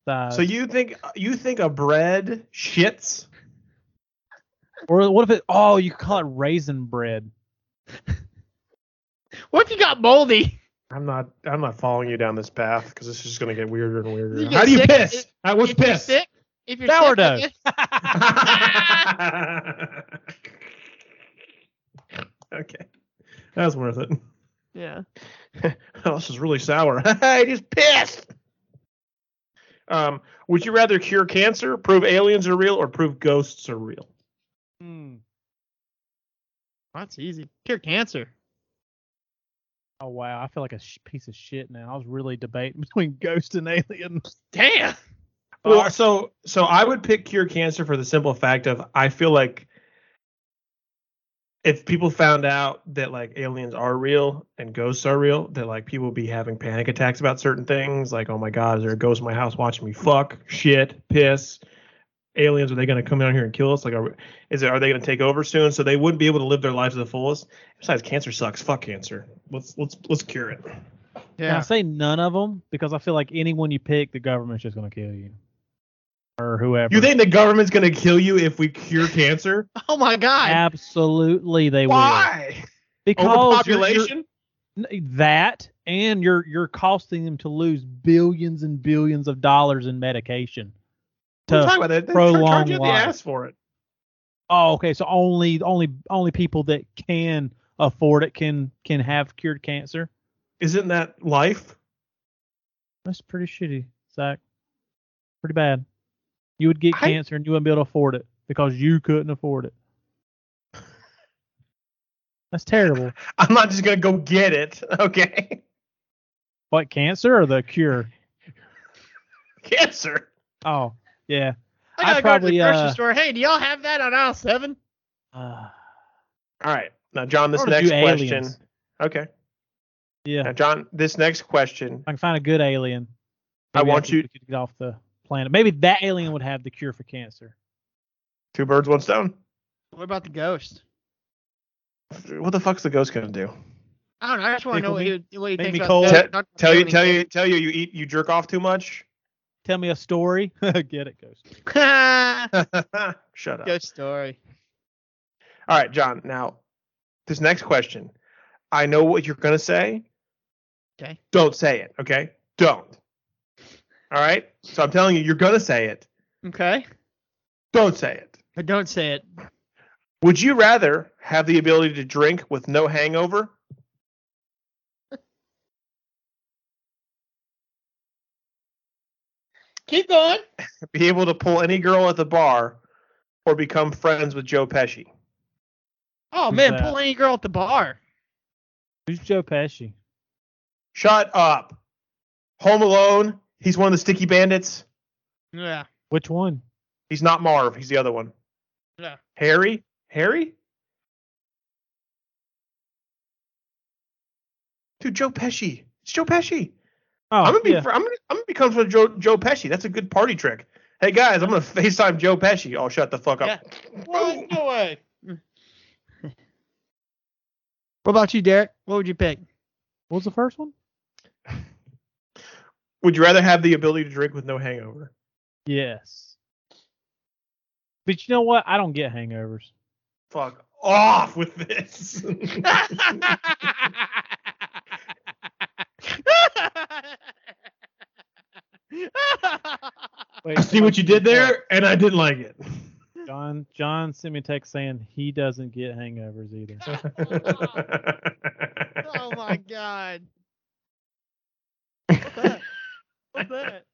S6: size.
S3: so you think you think a bread shits?
S6: or what if it? Oh, you call it raisin bread.
S5: What if you got moldy?
S3: I'm not. I'm not following you down this path because this is just gonna get weirder and weirder.
S5: You get
S3: How do you
S5: sick-
S3: piss?
S5: if-
S3: How, what's
S5: if you're
S3: piss?
S5: sick, if you're
S6: Sourdough.
S5: Sick,
S3: okay, that was worth it.
S5: yeah.
S3: oh, this is really sour. I just pissed. Um, would you rather cure cancer, prove aliens are real, or prove ghosts are real?
S5: That's easy. Cure cancer.
S6: Oh wow, I feel like a sh- piece of shit now. I was really debating between Ghost and Alien.
S5: Damn.
S3: Well, so so I would pick cure cancer for the simple fact of I feel like if people found out that like aliens are real and ghosts are real, that like people would be having panic attacks about certain things, like oh my god, is there a ghost in my house watching me fuck, shit, piss? Aliens are they going to come down here and kill us? Like, are we- is it, are they going to take over soon? So they wouldn't be able to live their lives to the fullest. Besides, cancer sucks. Fuck cancer. Let's let's let's cure it.
S6: And I say none of them because I feel like anyone you pick, the government's just gonna kill you, or whoever.
S3: You think the government's going to kill you if we cure cancer?
S5: Oh my god.
S6: Absolutely, they will.
S3: Why?
S6: Because you're- you're-
S3: Overpopulation.
S6: N- that and you're you're costing them to lose billions and billions of dollars in medication.
S3: We're
S6: To-
S3: talking about that. They
S6: prolong
S3: charge you in the
S6: life.
S3: ass for it.
S6: oh, okay. So only only only people that can afford it can can have cured cancer.
S3: Isn't that life?
S6: That's pretty shitty, Zach. Pretty bad. You would get
S5: I-
S6: cancer and you wouldn't be able to afford it because you couldn't afford it. That's terrible.
S3: I'm not just gonna go get it, okay?
S6: What cancer or the cure?
S3: Cancer.
S6: Oh, yeah.
S5: I
S6: I
S5: gotta go to
S6: probably,
S5: the grocery
S6: uh,
S5: store. Hey, do y'all have that on aisle seven?
S6: Uh,
S3: All right. Now, John, this
S6: Or do
S3: next question.
S6: aliens.
S3: Okay.
S6: yeah.
S3: Now, John, this next question.
S6: I can find a good alien.
S3: I
S6: Maybe
S3: want
S6: could-
S3: you-
S6: we could get off the planet. Maybe that alien would have the cure for cancer.
S3: Two birds, one stone.
S5: What about the ghost?
S3: What the fuck's the ghost gonna do?
S5: I don't know. I just want to know what he would, what he
S6: Make
S5: thinks
S6: me
S5: about
S6: cold.
S5: the ghost. Not
S3: Tell you,
S5: gonna
S3: tell
S5: kill
S3: you, tell you, you eat, you jerk off too much.
S6: Tell me a story. get it, ghost.
S5: anything.
S3: Shut up.
S5: Ghost story.
S3: All right, John. Now, this next question. I know what you're gonna say.
S5: Okay.
S3: Don't say it, okay? Don't. All right. So I'm telling you, you're gonna say it.
S5: Okay.
S3: Don't say it.
S5: But don't say it.
S3: Would you rather have the ability to drink with no hangover?
S5: Keep going.
S3: Be able to pull any girl at the bar or become friends with Joe Pesci?
S5: Oh
S6: Who's
S5: man,
S6: that?
S5: pull any girl at the bar.
S6: Who's Joe Pesci?
S3: Shut up. Home Alone, he's one of the sticky bandits.
S5: Yeah.
S6: Which one?
S3: He's not Marv, he's the other one.
S5: Yeah.
S3: Harry? Harry? Dude, Joe Pesci. It's Joe Pesci.
S6: Oh,
S3: I'm gonna be
S6: yeah.
S3: fr- I'm gonna I'm gonna become friends with Joe, Joe Pesci. That's a good party trick. Hey guys, I'm gonna FaceTime Joe Pesci. Oh, shut the fuck up.
S5: What? No way. What about you, Derek? What would you pick?
S6: what was the first one?
S3: Would you rather have the ability to drink with no hangover?
S6: Yes. But you know what? I don't get hangovers.
S3: Fuck off with this.
S6: Wait,
S3: I see what you did there, and I didn't like it.
S6: John John sent me a text saying he doesn't get hangovers either.
S5: oh my god. What's that? What's that?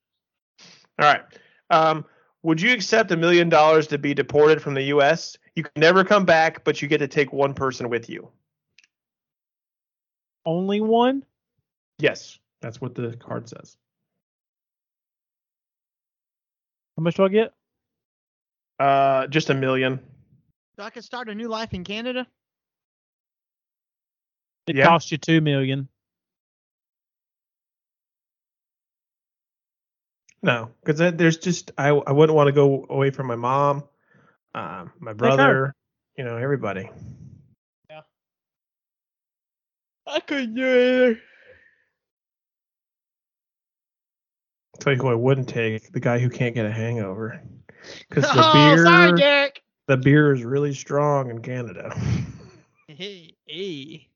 S3: All right. Um, would you accept a million dollars to be deported from the U.S.? You can never come back, but you get to take one person with you.
S6: Only one?
S3: Yes, that's what the card says.
S6: How much do I get?
S3: Uh, just a million.
S5: So I could start a new life in Canada?
S6: It
S3: Yeah.
S6: costs you two million.
S3: No, because there's just I I wouldn't want to go away from my mom, um, my brother, you know, everybody.
S5: I couldn't do it either.
S3: Tell you who I wouldn't take the guy who can't get a hangover, because the
S5: oh,
S3: beer
S5: sorry, Derek.
S3: the beer is really strong in Canada.
S5: Hey, hey.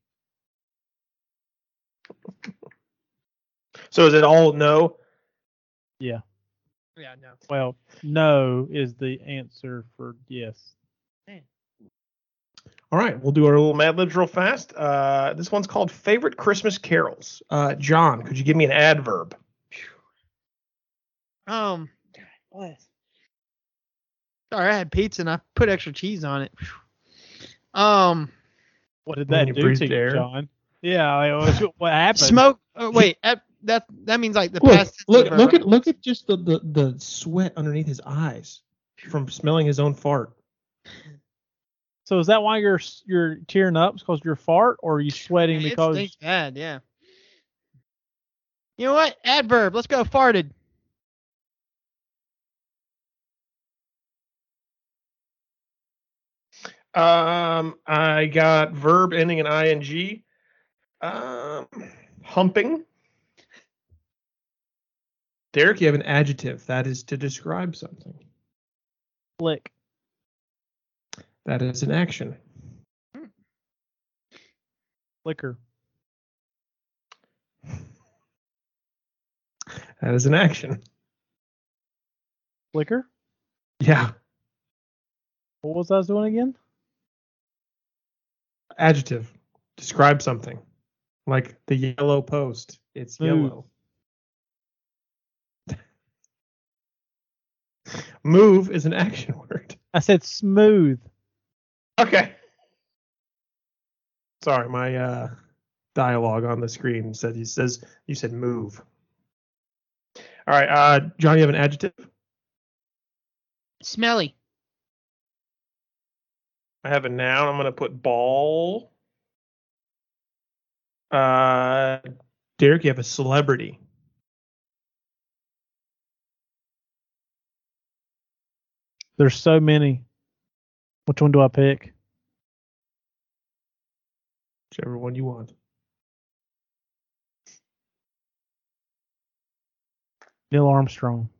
S3: So is it all no?
S5: Yeah, no.
S6: Well, no is the answer for yes.
S3: All right, we'll do our little Mad Libs real fast. Uh, this one's called favorite Christmas carols. Uh, John, could you give me an adverb?
S5: Um, God bless. Sorry, I had pizza and I put extra cheese on it. Um,
S6: What did
S3: When
S6: that
S3: you
S6: do
S3: breathe
S6: to you,
S3: air.
S6: John? Yeah, I always- what happened?
S5: Smoke. Oh, wait, that, that that means like the
S3: Look,
S5: past. tense
S3: look,
S5: of a-
S3: look at look at just the, the the sweat underneath his eyes from smelling his own fart.
S6: So is that why you're you're tearing up? Because your fart, or are you sweating
S5: It
S6: because
S5: stinks bad. Yeah. You know what? Adverb. Let's go. Farted.
S3: Um, I got verb ending in ing. Um, humping. Derek, you have an adjective that is to describe something.
S6: flick?
S3: That is an action.
S6: Flicker.
S3: That is an action.
S6: Flicker?
S3: Yeah,
S6: What was I doing again?
S3: adjective. Describe something. Like the yellow post. It's
S6: Move.
S3: yellow. Move is an action word.
S6: I said smooth.
S3: Okay. Sorry, my uh, dialogue on the screen said he says you said move. All right, uh, John, you have an adjective.
S5: Smelly.
S3: I have a noun. I'm gonna put ball. Uh, Derek, you have a celebrity.
S6: There's so many. Which one do I pick?
S3: Whichever one you want.
S6: Neil Armstrong.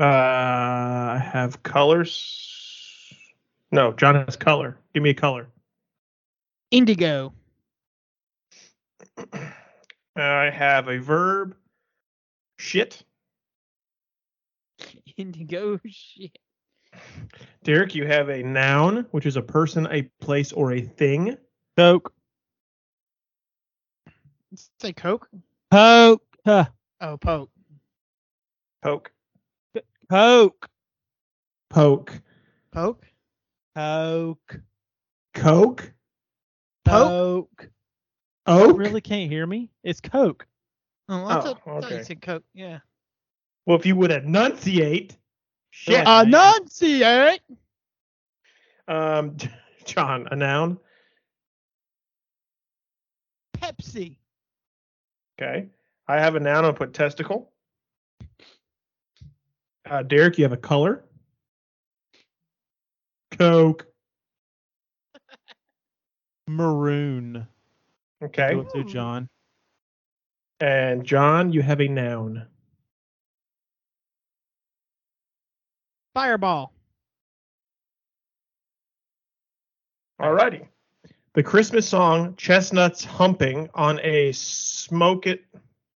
S3: Uh, I have colors. No, John has color. Give me a color.
S5: Indigo.
S3: Uh, I have a verb. Shit.
S5: Indigo. Shit.
S3: Derek, you have a noun, which is a person, a place, or a thing.
S6: Coke.
S5: Say coke.
S6: Coke. Huh.
S5: Oh, poke.
S3: Poke.
S6: Coke.
S3: Poke.
S5: Poke.
S6: Coke.
S3: Coke.
S6: Coke.
S3: Oak.
S6: Really can't hear me? It's Coke.
S5: Oh, I
S3: Oh,
S5: thought, I thought
S3: okay.
S5: you said coke. Yeah.
S3: Well, if you would enunciate. Shit. eh?
S6: Uh,
S5: Enunciate.
S3: um, John, a noun.
S5: Pepsi.
S3: Okay. I have a noun. I'll put testicle. Uh, Derek, you have a color. Coke.
S6: Maroon.
S3: Okay.
S6: Do it too, John.
S3: And John, you have a noun.
S5: Fireball.
S3: Alrighty. The Christmas song "Chestnuts Humping" on a smoke it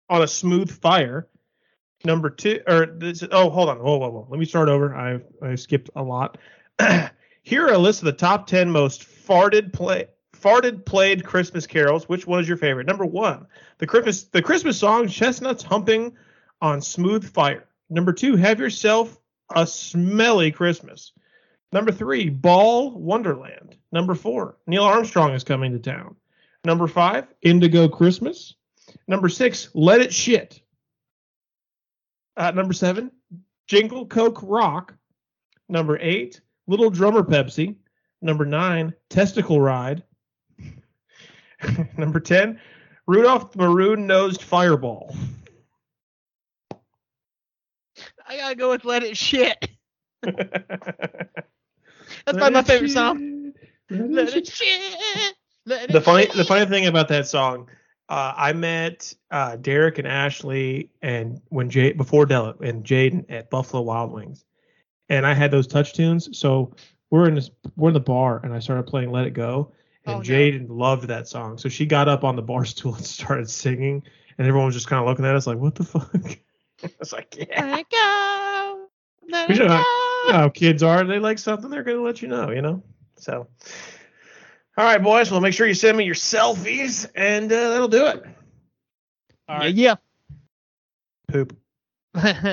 S3: on a smooth fire. Number two, or this? Oh, hold on. Whoa, whoa, whoa. Let me start over. I I skipped a lot. Here are a list of the top ten most farted play farted played Christmas carols. Which one is your favorite? Number one, the Christmas the Christmas song "Chestnuts Humping" on smooth fire. Number two, have yourself a smelly Christmas. Number three, Ball Wonderland. Number four, Neil Armstrong is coming to town. Number five, Indigo Christmas. Number six, Let It Shit. Uh, number seven, Jingle Coke Rock. Number eight, Little Drummer Pepsi. Number nine, Testicle Ride. number ten, Rudolph the Maroon Nosed Fireball.
S5: I gotta go with Let It Shit. That's
S3: Let
S5: probably my
S3: it
S5: favorite
S3: shit.
S5: song.
S3: Let it
S5: Let
S3: shit.
S5: it shit. Let it
S3: the funny the
S5: shit.
S3: funny thing about that song uh, I met uh, Derek and Ashley and when Jay before Della and Jaden at Buffalo Wild Wings, and I had those touch tunes. So we're in this we're in the bar and I started playing Let It Go, and
S5: Oh, no.
S3: Jaden loved that song. So she got up on the bar stool and started singing, and everyone was just kind of looking at us like, "What the fuck?" I was like, "Yeah,
S5: Let it go. Let
S3: We
S5: it
S3: should not- you know
S5: go.
S3: how kids are. They like something, they're gonna let you know, you know." So. All right, boys. Well, make sure you send me your selfies, and uh, that'll do it.
S6: All
S5: Yeah.
S3: Poop.
S5: yeah.